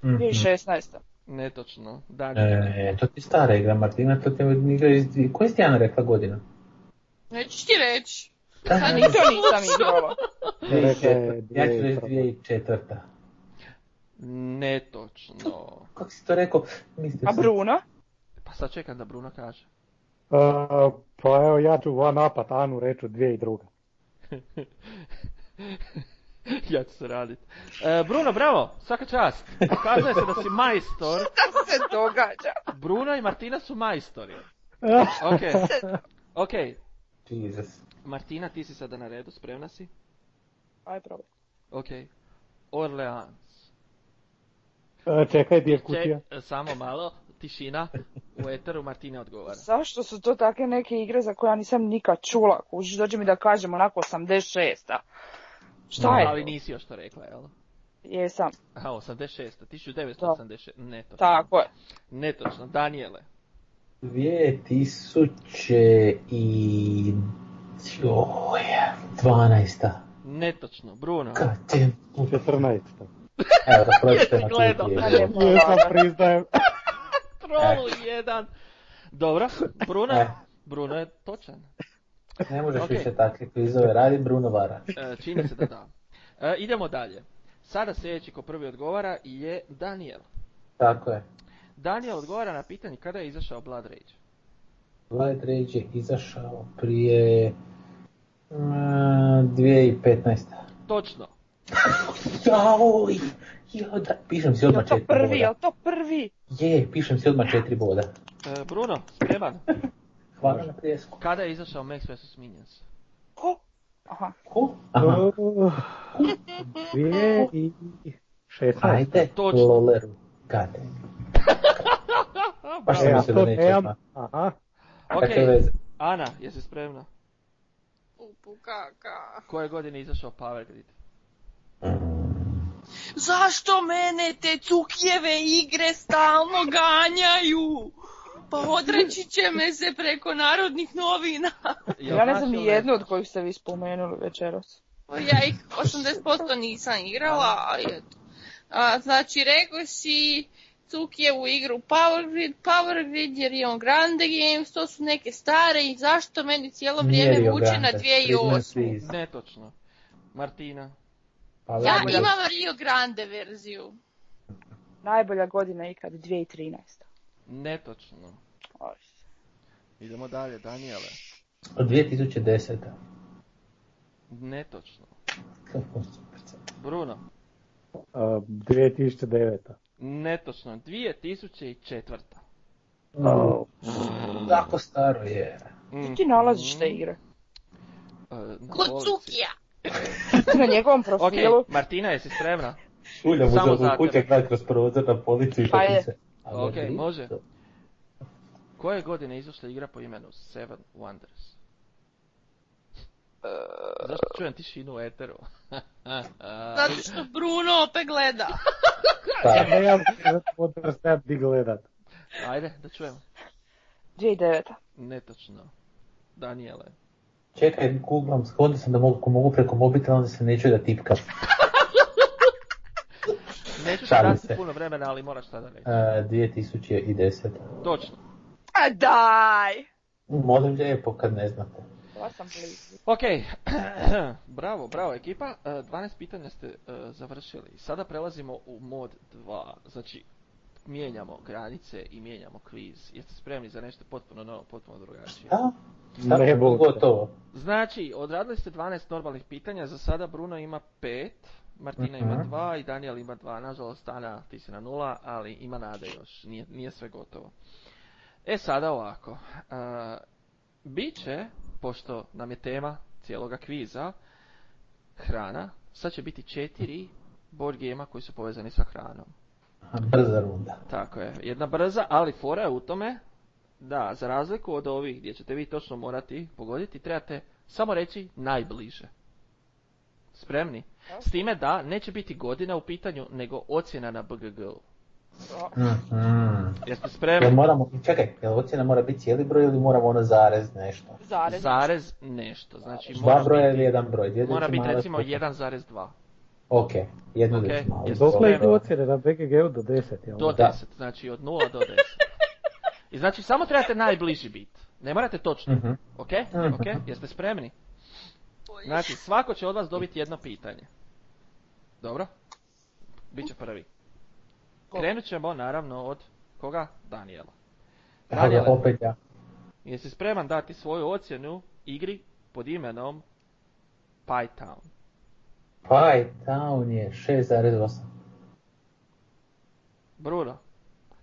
B: 2016.
A: Netočno, Daniel.
D: Mhm. E, to ti je stara igra, Martina, to ti je igra iz... dvije- Koja je Stijana rekla godina?
E: Neću ti reći.
D: Da,
E: A
B: Ni
E: nisam.
B: to nisam igrala.
D: dvije i
C: Rekla je
D: četvrta. Ja ću
C: dvije i
D: reći
C: prva.
D: dvije i četvrta.
A: Netočno.
D: Kako si to rekao? Mislio
B: A
D: sam-
B: Bruno?
A: Pa sad čekam da Bruno kaže.
C: A, pa evo, ja ću van napad Anu reću 2 i druga.
A: ja ću se radit. E, Bruno, bravo, svaka čast. Pokazuje se da si majstor.
B: Šta se događa?
A: Bruno i Martina su majstori. Ok, ok.
D: Jesus.
A: Martina, ti si sada na redu, spremna si?
B: Aj probaj.
A: Ok. Orleans.
C: E, Čekaj, di je kutija?
A: Ček, samo malo, tišina. U eteru Martina odgovara.
B: Zašto su to take neke igre za koje ja nisam nikad čula? Kužiš, dođe mi da kažem onako 86-a. Šta je?
A: Ali
B: to?
A: nisi još to rekla, jel?
B: Jesam,
A: Aha, 86. 1986. Netočno.
B: tako je.
A: Netočno. Daniele.
D: 2000 i... Joj, 12.
A: Netočno. Bruno.
D: God damn.
C: 14.
D: Evo, da prođete
A: Jesi
D: na
A: gledao?
D: tu
B: Ali je
D: igru.
C: Jesam, E, priznajem.
A: Trolu jedan. Dobro. Bruno.
D: Eh.
A: Bruno je točan.
D: Ne možeš
A: Ok.
D: više takve kvizove raditi, Bruno Vara.
A: E, čini se da da. E, idemo dalje. Sada sljedeći ko prvi odgovara je Daniel.
D: Tako je.
A: Daniel odgovara na pitanje kada je izašao Blood Rage.
D: Vlad Rage je izašao prije... mm, 2015.
A: Točno.
D: Joj, jo, da, pišem si odmah
B: Jel to
D: četiri
B: prvi,
D: boda.
B: jel to prvi?
D: Je, pišem si odmah četiri boda.
A: E, Bruno, spreman.
D: Hvala na pljesku.
A: Kada je izašao Max vs. Minions?
B: Ko? Aha,
D: Ko? Aha,
C: 2 i 16.
D: ajde,
A: Točno.
D: loleru. Gade.
B: Pa,
D: Baš sam
C: E, a
D: mislio da
C: to
D: neće
C: nemam.
D: odmah.
C: Aha.
D: Kakve veze?
A: Ana, jesi spremna?
E: Upu kaka.
A: Koje godine je izašao Power Grid?
E: Zašto mene te cukjeve igre stalno ganjaju? Pa odreći će me se preko narodnih novina.
A: Jel
B: ja ne
A: znaš
B: znam
A: ili
B: ni
A: ne
B: jednu od
A: znaš?
B: kojih ste vi spomenuli večeras.
E: Ja ih 80% nisam igrala, ali eto. A, znači, rekao si Cukijevu igru Power Grid, Power Grid jer je on Grande Games, to su neke stare i zašto meni cijelo vrijeme
D: Mjerio
E: vuče na
D: Grande, priznam
E: 2008.
D: si.
A: Netočno. Martina.
D: Pa
E: Ja
D: dobro.
E: imam Rio Grande verziju.
B: Najbolja godina ikad, 2013.
A: Netočno.
B: Aj.
A: Idemo dalje, Daniele.
D: Od 2010.
A: Netočno.
D: Kako super.
A: Bruno.
C: A, 2009.
A: Netočno. 2004.
D: Au. Tako staro je.
A: Mm.
B: Ti nalaziš te igre.
A: E, na polici.
E: Kucukija!
B: Na njegovom
A: Ok,
B: profilu.
A: Martina, jesi spremna?
D: Uljam
A: Samo
D: uzeo
A: za
D: kuće
A: tebe.
D: kraj kroz prozor na polici i što
B: Pa je.
D: piše. A
A: Ok,
D: vodi?
A: može. Koje godine je izašla igra po imenu Seven Wonders? Zašto čujem tišinu u eteru? Znači-
E: Zato što Bruno opet gleda.
D: Pa,
C: Ne, ja odrastam ti gledat.
A: Ajde, da čujemo.
B: 2009.
A: Netočno. Daniele.
D: Čekaj, googlam, onda sam da mogu, mogu preko mobitela, onda se neću da tipkam.
A: Neću ti
D: Šalim
A: dati
D: se.
A: puno vremena, ali moraš sada reći.
D: E, 2010.
A: Točno.
B: A daj!
D: Molim lijepo kad ne znate.
B: Bila sam blizu.
A: Ok, bravo, bravo ekipa. E, 12 pitanja ste e, završili. Sada prelazimo u mod 2. Znači, mijenjamo granice i mijenjamo kviz. Jeste spremni za nešto potpuno novo, potpuno drugačije?
D: Da? Šta?
C: Ne bog.
D: Gotovo.
A: Znači, odradili ste 12 normalnih pitanja. Za sada Bruno ima 5, Martina ima
D: Mhm.
A: 2 i Daniel ima 2. Nažalost, Ana, ti si na nula, ali ima nade još. Nije, nije sve gotovo. E sada ovako. E, biće, pošto nam je tema cijeloga kviza, hrana, sad će biti četiri board gema koji su povezani sa hranom.
D: Aha, Brza runda.
A: Tako je, jedna brza, ali fora je u tome da za razliku od ovih gdje ćete vi točno morati pogoditi, trebate samo reći najbliže. Spremni? S time da neće biti godina u pitanju, nego ocjena na BGG-u.
D: Mhm.
A: Jeste
D: Jel
A: spremni?
D: moramo, čekaj, jel ocjena mora biti cijeli broj ili moramo ono zarez nešto?
B: Zarez.
A: Zarez nešto, znači
D: Dva
A: mora
D: broja ili
A: biti,
D: jedan broj? Dvije
A: mora biti
D: decimale,
A: recimo
D: koliko?
A: 1,2.
D: Ok, jednu
A: Ok,
D: decimalu.
A: jesu.
C: Dokle idu
A: Spremno.
C: ocjene na BGG-u do 10, jel?
A: Do
D: Da.
A: 10, znači od 0 do 10. I znači samo trebate najbliži bit. Ne morate točno.
D: Mhm.
A: Ok?
D: Mhm.
A: Ok? Jeste spremni? Znači, svako će od vas dobiti jedno pitanje. Dobro? Biće prvi. Krenut ćemo, naravno, od koga? Daniela.
D: Evo ga,
A: Daniele,
D: opet ja.
A: jesi spreman dati svoju ocjenu igri pod imenom Pytown?
D: Pie Town je 6,8.
A: Bruno,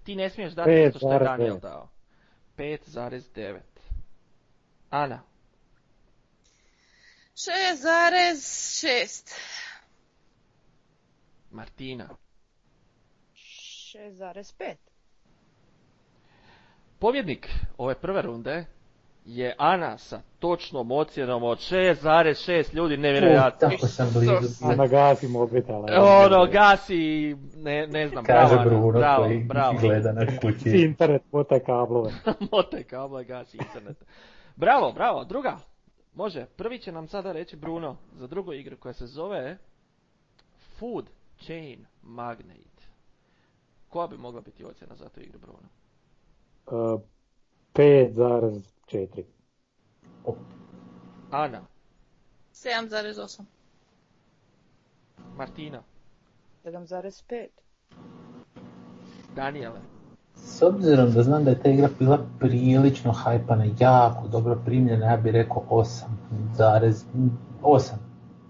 A: ti ne smiješ dati
C: Pet
A: isto što je
C: zarez
A: Daniel
C: devet.
A: dao. 5,9. Ana,
E: 6,6.
A: Martina.
B: 6,5.
A: Pobjednik ove prve runde je Ana sa točnom ocjenom od 6,6 ljudi nevjerojatno.
D: Tako sam blizu.
C: A nagasi mobitela. jel?
A: Ono, gasi, ne, ne znam,
D: Kaže
A: bravo, Ana,
D: Bruno
A: bravo,
D: koji
A: bravo.
D: gleda na
C: Si
D: kući.
C: internet mota kablove.
A: Motaj kabla, gasi internet. Bravo, bravo, druga. Može, prvi će nam sada reći Bruno za drugu igru koja se zove Food Chain Magnate. Koja bi mogla biti ocjena za tu igru, Bruno?
C: Uh, 5,4.
A: Ana,
E: 7,8.
A: Martina,
B: 7,5.
A: Daniele.
D: S obzirom da znam da je ta igra bila prilično hajpana, jako dobro primljena, ja bih rekao 8,8.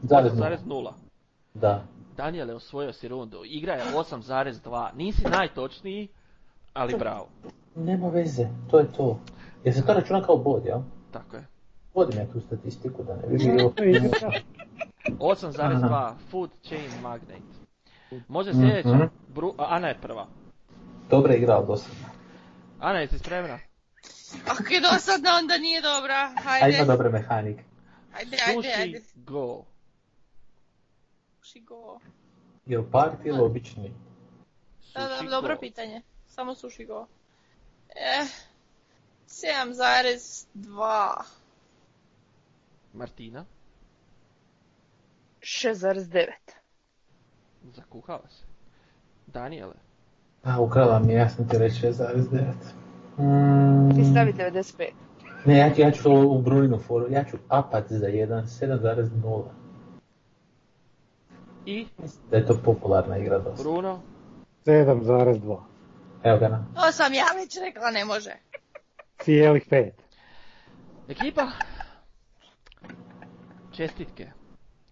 D: Zarez
A: 8,0.
D: nula. Da.
A: Daniel je osvojio si rundu. Igra je 8,2. Nisi najtočniji, ali bravo.
D: Nema veze, to je to. Jer se to računa kao bod, jel?
A: Tako je.
D: Vodim ja tu statistiku da ne bi bilo...
A: 8,2. Food Chain Magnate. Može sljedeća. Bru- a, Ana je prva.
D: Dobra igra, ali dosadna.
A: Ana, jesi spremna?
E: Ako je dosadna, onda nije dobra.
D: A ima
E: Hajde,
D: dobre mehanike.
E: hajde, hajde,
A: Sushi
E: hajde.
A: Go.
E: Sushi go.
D: Jel party ili obični?
E: Da,
A: Sushi
E: da,
A: go.
E: dobro pitanje. Samo suši go. Eh, 7,2.
A: Martina,
B: 6,9.
A: zakuhala se. Daniele,
D: A, ukrala mi, je, ja sam ti reći 6,9. Mm,
B: Ti stavi 95.
D: Ne, ja ću, ja ću u Bruninu foru, ja ću apat za 1, 7,0.
A: i
D: Mislim da je to popularna igra dosta.
A: Bruno,
C: 7,2.
D: Evo ga na.
E: To sam ja već rekla, ne može.
C: Cijelih 5.
A: Ekipa, čestitke.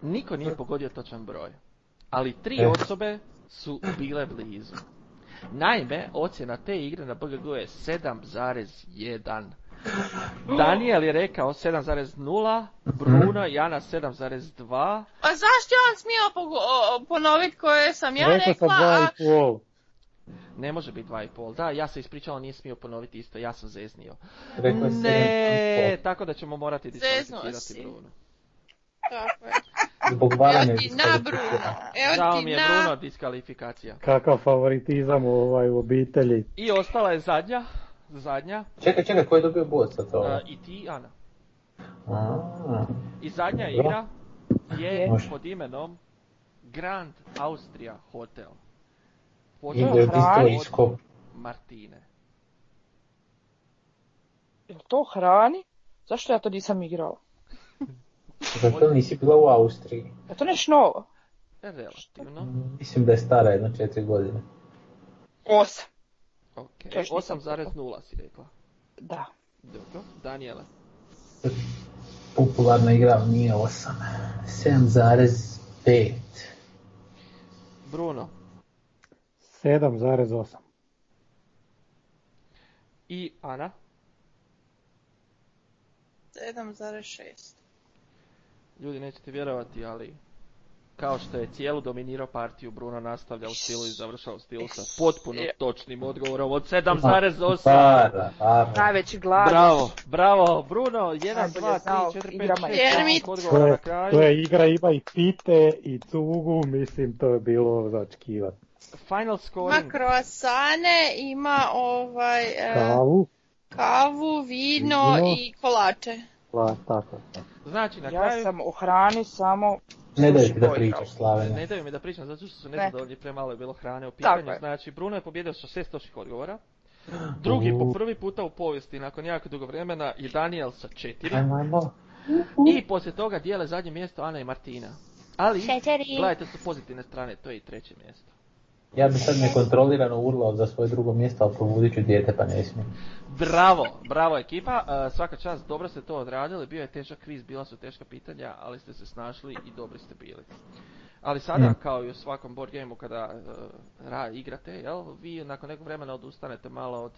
A: Niko nije pogodio točan broj, ali tri
D: E.
A: osobe su bile blizu. Naime, ocjena te igre na BGG je 7,1. Daniel je rekao 7,0, Bruno i Jana 7,2,
E: Pa zašto je on smio pogo- ponoviti koje sam ja
C: Rekao sam
E: rekla, a
C: dva i pol.
A: ne može biti 2,5, da, ja se ispričao, nije smio ponoviti isto, ja sam zeznio.
D: Rekao je
A: Ne,
D: 7,5.
A: tako da ćemo morati
E: Zeznuo
A: diskvalificirati
E: si.
A: Bruno.
E: tako je.
D: Zbog varanja
E: Evo ti
D: iz
E: na Bruno, evo
A: Žao
E: ti
A: mi je
E: na.
A: Bruno diskvalifikacija.
C: Kakav favoritizam ovaj, u obitelji.
A: I ostala je zadnja, zadnja,
D: Čekaj, čekaj, ko je dobio bod sad ovo?
A: e, i ti Ana.
D: A,
A: I zadnja
D: Dobro.
A: igra je
D: Može.
A: pod imenom Grand Austria Hotel.
D: Ide
A: Počeo
D: u
B: hrani.
A: je
D: Discord i Skop.
A: Martine.
B: Jel to hrani? Zašto ja to nisam igrala?
D: Zato nisi bila u Austriji.
B: Je to nešto novo?
D: Mhm.
A: Relativno.
D: Mislim da je stara jedno četiri godine.
B: Osam.
A: Ok,
B: To još nisam
A: 8.0 si rekla.
B: Da.
A: Dobro, Daniela.
D: Popularna igra nije 8. 7,5.
A: Bruno.
C: 7,8.
A: I Ana.
E: 7,6.
A: Ljudi nećete vjerovati, ali kao što je cijelu dominirao partiju, Bruno nastavlja u stilu i završava u stilu sa potpuno točnim odgovorom od 7,8.
D: Para, para.
B: Najveći glad.
A: Bravo, bravo, Bruno, 1, 2,
B: Najbolje
A: 3,
B: znao,
A: 4, 5,
B: igrama je
A: 6,
E: znao.
A: odgovora
C: To
A: na
C: je,
A: kraju.
C: to je igra ima i pite i cugu, mislim to je bilo za očekivat.
A: Final
E: Ima
A: scoring,
E: kroasane, ima ovaj, e,
C: Kavu,
E: kavu, vino
C: Vino.
E: i kolače.
C: la, pa tako.
A: znači na
B: Ja
A: kraju,
B: sam o hrani samo...
D: Ne daj ti da
B: Suši
D: pričaš, Slavene.
A: ne daju mi da pričam zato što su
B: Ne.
A: nezadovoljni, premalo je bilo hrane u
B: Tako
A: pitanju,
B: je.
A: znači Bruno je pobjedio sa šest točnih odgovora, drugi po prvi puta u povijesti nakon jako dugo vremena i Daniel sa četiri,
D: Ajmo, ajmo.
A: I poslije toga dijele zadnje mjesto Ana i Martina. Ali, gledajte su pozitivne strane, to je i treće mjesto.
D: Ja bi sad nekontrolirano urlao za svoje drugo mjesto, ali probudit ću dijete pa ne smijem.
A: Bravo, bravo ekipa, e, svaka čast, dobro ste to odradili, bio je težak kriz, bila su teška pitanja, ali ste se snašli i dobri ste bili. Ali sada,
D: Mm.
A: kao i u svakom board gameu kada e, ra, igrate, jel, vi nakon nekog vremena odustanete malo od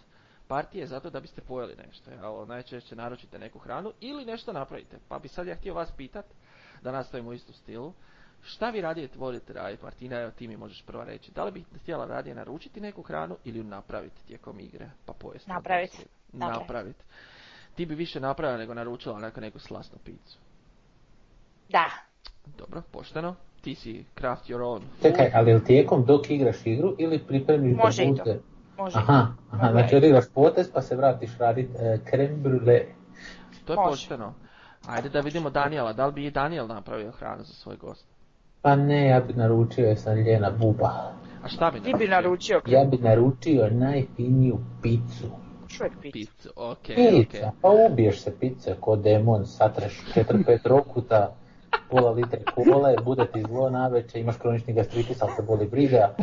A: partije zato da biste pojeli nešto. Jel? Najčešće naručite neku hranu ili nešto napravite. Pa bi sad ja htio vas pitat, da nastavimo u istom stilu, šta vi radije volite raditi? Martina, evo ti mi možeš prva reći. Da li bi htjela radije naručiti neku hranu ili ju napraviti tijekom igre? Pa pojesti. odmah
B: Napraviti.
A: poslije?
B: Napraviti.
A: Napraviti. Ti bi više napravila nego naručila onako neku slasnu picu.
B: Da.
A: Dobro, pošteno. Ti si craft your own.
D: Čekaj, ali jel tijekom dok igraš igru ili pripremiš
B: Može i
D: da
B: to.
D: bude?
B: Može.
D: Aha, aha,
B: Može.
D: znači odigraš potez pa se vratiš radit e, creme brulee.
A: To je
B: Može.
A: pošteno. Ajde da vidimo Daniela, da li bi i Daniel napravio hranu za svoj gost?
D: Pa ne, ja bi naručio jer sam ljena buba.
A: A šta bi
B: Ti bi naručio
D: Ja bi naručio najfiniju picu.
B: čovjek pizzu.
A: Picu, okej, okej.
D: Pizza, pa ubiješ se pice ko demon, satreš 4-5 rokuta, pola litre kole, bude ti zlo naveče, imaš kronični gastritis, ali te boli briga.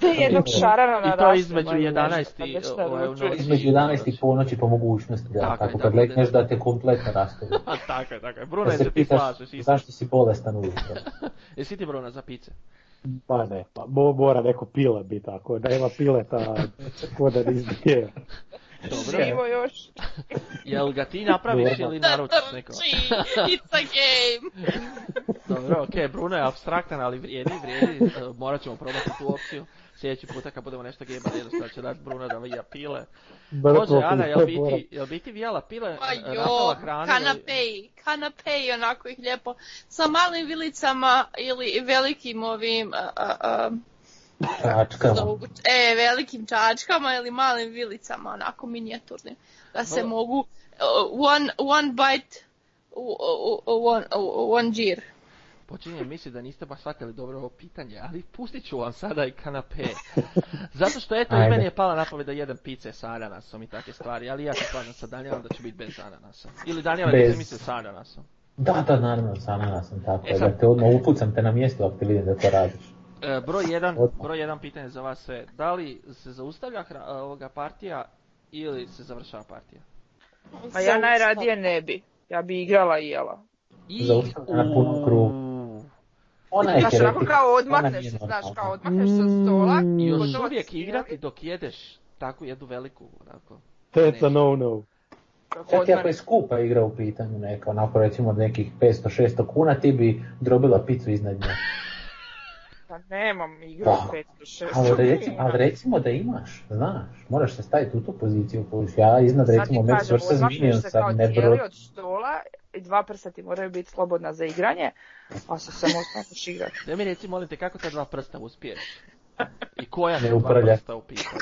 B: Ti jednog šarana
A: I to
B: narastila,
A: između
B: ili
A: 11
B: nešto,
A: i, ovaj,
B: već
A: o,
B: naručuje.
A: evo, noć.
D: Između 11 i ponoći po mogućnosti, da,
A: Tako je,
D: tako
A: da
D: kad
A: bude-
D: lekneš da te kompletno rastavi.
A: A Pa tako je, tako je.
D: Da
A: Brune,
D: se
A: se ti
D: pitaš
A: slažeš, isto.
D: zašto si bolestan ujutro.
A: Jesi ti Bruna za pice?
C: Pa ne, pa mo- mora neko pile biti tako, da ima pileta ko da izbije.
A: Dobro.
B: Živo još.
A: Jel ga ti napraviš
C: Dobro.
A: ili
E: Da,
A: naručiš neko?
E: It's a game.
A: Dobro, okej, Bruno je abstraktan, ali vrijedi, vrijedi. E, Morat ćemo probati tu opciju. Sljedeći puta kad budemo nešto gejba, jednostavno će dati Bruno da vija pile. Bože, Ana, jel bi ti, jel bi ti vijala pile,
E: Pa
A: e, ratala
E: jo,
A: hranu? ili-
E: kanapei, kanapei, onako ih lijepo, sa malim vilicama ili velikim ovim, a, a, a,
D: Čačkama.
E: zovu- e, velikim čačkama ili malim vilicama, onako minijaturnim, da se
A: Dobro.
E: mogu, uh, one, one bite, u- u- u- one, u- one džir.
A: Počinjem misli da niste baš shvatili dobro ovo pitanje, ali pustit ću vam sada i kanape. Zato što eto i
D: Ajde.
A: meni je pala na pamet da jedem pice s ananasom i takve stvari, ali ja se slažem sa Danielom da ću biti bez ananasa. Ili Daniel, bez...
D: Bez.
A: da misli s ananasom.
D: Da, da, naravno, sama ja sam tako.
A: E
D: E,
A: sad-
D: da te odmah upucam te na mjesto ako te vidim da to radiš.
A: E, broj, jedan,
D: Odmah.
A: broj jedan pitanje za vas e, sve. Da li se zaustavlja hra- ovoga partija ili se završava partija?
B: A ja najradije ne bi. Ja bi igrala i jela.
A: I...
D: Zaustavljena na punu krugu.
A: Uuu.
D: Ona je
B: Znači,
F: Znaš, onako
D: heretika.
F: kao
D: Ona
F: odmakneš
D: nije
F: se, znaš,
D: normalna.
F: kao odmakneš se od stola.
A: I još
F: gotovo
A: uvijek
F: si jela.
A: igrati dok jedeš takvu jednu veliku, onako.
C: That's a no no.
D: Čak i ako je
F: Odmah-
D: skupa igra u pitanju neka, onako recimo od nekih 500-600 kuna, ti bi drobila picu iznad nje.
F: Pa nemam igru
D: Pa,
F: 500, 600.
D: Ali recimo, ali recimo da imaš, znaš, moraš se staviti u tu poziciju koju ću ja iznad recimo Max vs. Minionsa ne bro...
F: cijeli od stola, i dva prsa ti moraju biti slobodna za igranje, a se samo staviš igrati.
A: Da mi reci, molim te, kako ta dva prsta uspiješ? I koja
D: Ne
A: su dva
D: upravlja.
A: prsta u pitanju?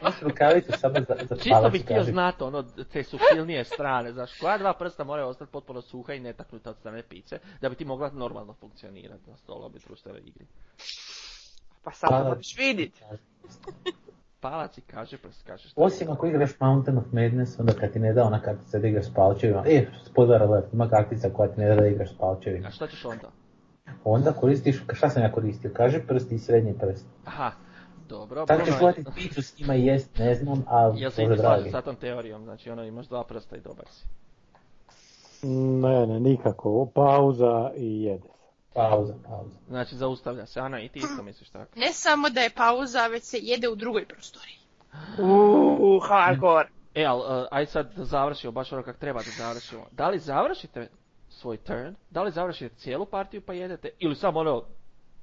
D: Imaš rukavicu samo za, za
A: Čisto
D: palac
A: bih htio
D: kažem.
A: znati ono te suptilnije strane, znaš, koja dva prsta moraju ostati potpuno suha i netaknuta od strane pice, da bi ti mogla normalno funkcionirati na stolu obi društvenoj igri.
F: Pa sad
D: Pa,
F: to moraš vidjeti.
A: Palac i kaže, prst kaže šta.
D: Osim ako igraš Mountain of Madness, onda kad ti ne da ona kartica da igraš s palčevima, e, spoiler alert, ima kartica koja ti ne da da igraš s palčevima.
A: A šta ćeš onda?
D: Onda koristiš, šta sam ja koristio, kaže prst i srednji prst.
A: Aha, dobro,
D: Tako ću
A: Bruno Pa je-
D: hvatit piću s njima i jest, ne znam, ali
A: Ja se i
D: Bože
A: ne slažem
D: dragi.
A: sa tom teorijom, znači ono imaš dva prsta i dobar si.
C: Ne, ne, nikako. Pauza i jede.
D: Pauza, pauza.
A: Znači zaustavlja se, Ana i ti isto misliš tako.
E: Ne samo da je pauza, već se jede u drugoj prostoriji.
F: Uuu, hardcore.
A: E, ali uh, aj sad da završimo, baš ono kak treba da završimo. Da li završite svoj turn, da li završite cijelu partiju pa jedete, ili samo ono,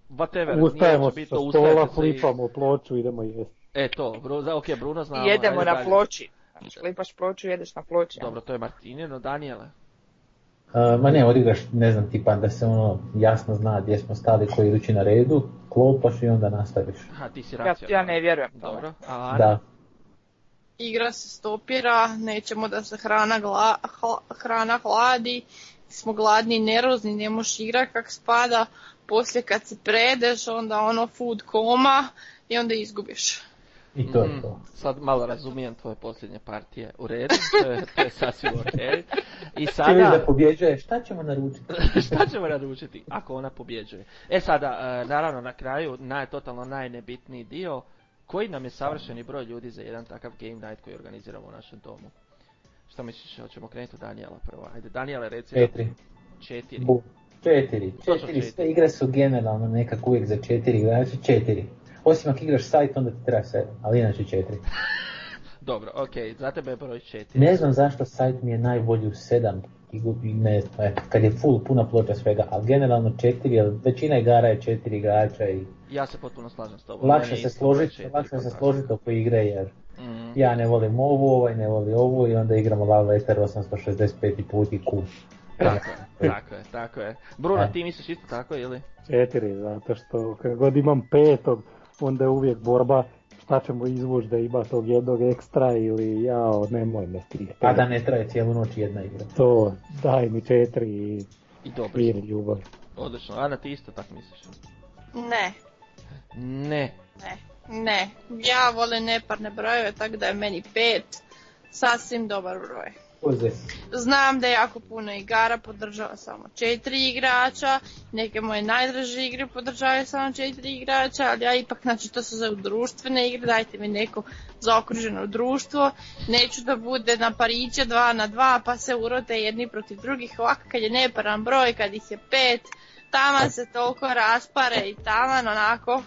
A: whatever, nije
C: Ustajemo
A: uopće
C: sa
A: bitno, ustajete
C: stola,
A: se i-
C: flipamo ploču, idemo jesti.
A: E to, Bru, za- ok, Bruno znamo.
F: I jedemo
A: ajde
F: na
A: dalje.
F: ploči. Znači, lipaš ploču, jedeš na ploči.
A: Dobro, to je Martinino, Daniele.
D: Uh, ma ne, odigraš, ne znam, tipa da se ono jasno zna gdje smo stali koji idući na redu, klopaš i onda nastaviš.
A: Aha, ti si
F: Ja, ja
A: racionalan.
F: ne vjerujem. tome.
A: Dobro, a Ana?
D: Da.
E: Igra se stopira, nećemo da se hrana, gla, hla- hrana hladi, smo gladni, nervozni, ne možeš igrat kak spada, poslije kad se predeš, onda ono food koma i onda izgubiš.
D: I to
A: Mhm.
D: je to.
A: Sad malo razumijem tvoje posljednje partije. U redu, to je, to je sasvim ok. I
D: Ti vidiš da
A: sada,
D: pobjeđuje, šta ćemo naručiti?
A: šta ćemo naručiti ako ona pobjeđuje? E sada, e, naravno na kraju, naj, totalno najnebitniji dio, koji nam je savršeni broj ljudi za jedan takav game night koji organiziramo u našem domu? Što misliš, hoćemo krenuti od Daniela prvo? Ajde, Daniele reci nam
D: Četiri.
A: četiri.
D: Bu. Četiri.
A: Što su
D: Četiri, sve
A: četiri?
D: igre su generalno nekako uvijek za četiri igrača, četiri. Osim ako igraš sajt, onda ti treba sedam, ali inače četiri.
A: Dobro, ok, za tebe je broj četiri.
D: Ne znam zašto sajt mi je najbolji u sedam, i gu- i ne znam, eto, kad je full, puna ploča svega, ali generalno četiri, jer većina igara je četiri igrača i
A: Ja se potpuno slažem s tobom.
D: lakše
A: Meni je
D: se
A: isto broj
D: složiti,
A: četiri,
D: lakše se
A: kontakt.
D: složiti oko igre jer
A: Mhm.
D: ja ne volim ovu, ovaj ne voli ovu i onda igramo Love Letter 865 put i ku.
A: Tako je, tako je, tako je. Bruno,
D: Da.
A: ti misliš isto tako ili?
C: Četiri, zato što kad god imam petog, onda je uvijek borba šta ćemo izvući da ima tog jednog ekstra ili jao, nemoj me ti.
D: A da ne traje cijelu noć jedna igra.
C: To, daj mi četiri i
A: I dobro.
C: mir ljubav.
A: Odlično. Ana, ti isto tako misliš?
E: Ne,
A: Ne.
E: ne, ne. Ja volim neparne brojeve, tako da je meni pet sasvim dobar broj.
D: Uze.
E: Znam da je jako puno igara podržava samo četiri igrača, neke moje najdraže igre podržavaju samo četiri igrača, ali ja ipak, znači to su za društvene igre, dajte mi neko zaokruženo društvo, neću da bude na pariće dva na dva, pa se urote jedni protiv drugih, ovako kad je neparan broj, kad ih je pet, taman se toliko raspare i taman onako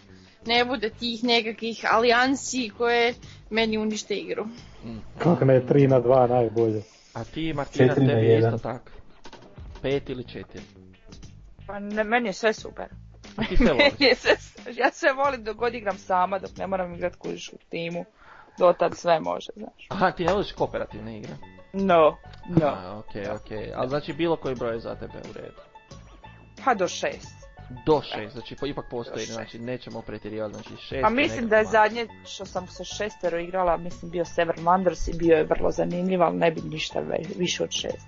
E: ne bude tih nekakvih alijansi koje meni unište igru.
C: Kako ne, tri na dva najbolje.
A: A ti, Martina,
D: Četiri na
A: tebi je isto
D: jedan.
A: tako. Pet ili četiri.
F: Pa ne, meni je sve super.
A: A ti se voliš.
F: Meni je sve, ja sve volim dok god igram sama, dok ne moram igrat kužiš u timu. Dotad sve može, znaš.
A: Aha, ti ne voliš kooperativne igre.
F: No, no.
A: Aha, okej, okej. Ali znači bilo koji broj je za tebe u redu.
F: Pa do šest.
A: Do šest, znači pa ipak postoji,
F: Do šest.
A: znači nećemo pretjerivati, znači šest.
F: Pa
A: je
F: mislim
A: nekako
F: da je
A: malo.
F: zadnje što sam sa šestero igrala, mislim bio Severn Wonders i bio je vrlo zanimljiv, ali ne bi ništa ve- više od šest.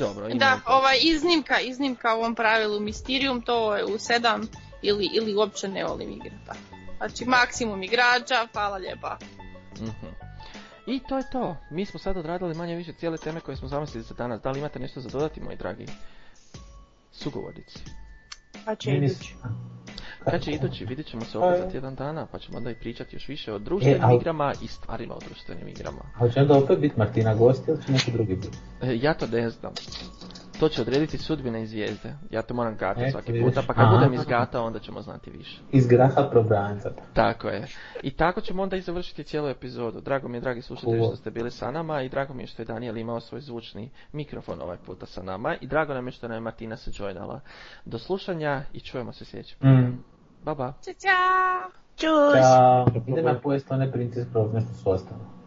A: Dobro, ima
E: Da,
A: i to.
E: ova iznimka, iznimka u ovom pravilu Mysterium, to je u sedam ili, ili uopće ne volim igrata. Znači maksimum igrača, hvala lijepa.
A: Mhm. I to je to. Mi smo sad odradili manje više cijele teme koje smo zamislili za danas. Da li imate nešto za dodati, moji dragi sugovornici?
F: Pa će
D: Meni
F: idući.
D: su-
A: Kad će idući, vidit ćemo se opet za tjedan dana, pa ćemo onda i pričati još više o društvenim
D: E, ali-
A: igrama i stvarima o društvenim igrama.
D: Ali će onda opet biti Martina gost ili će neki drugi biti?
A: E, ja to ne znam. To će odrediti sudbine i zvijezde. Ja to moram gatati
D: E,
A: svaki
D: vidiš.
A: puta, pa kad
D: Aha.
A: budem izgatao onda ćemo znati više.
D: Iz graha probranca.
A: Tako je. I tako ćemo onda i završiti cijelu epizodu. Drago mi je, dragi slušatelji,
D: Cool.
A: što ste bili sa nama i drago mi je što je Daniel imao svoj zvučni mikrofon ovaj puta sa nama i drago nam je što nam je Martina se joinala. Do slušanja i čujemo se sljedeći put.
D: Mm.
A: Ba, ba.
E: Ćao, Ćao!
D: Ćao. Idem ja pojesti one princes prozne što su ostale.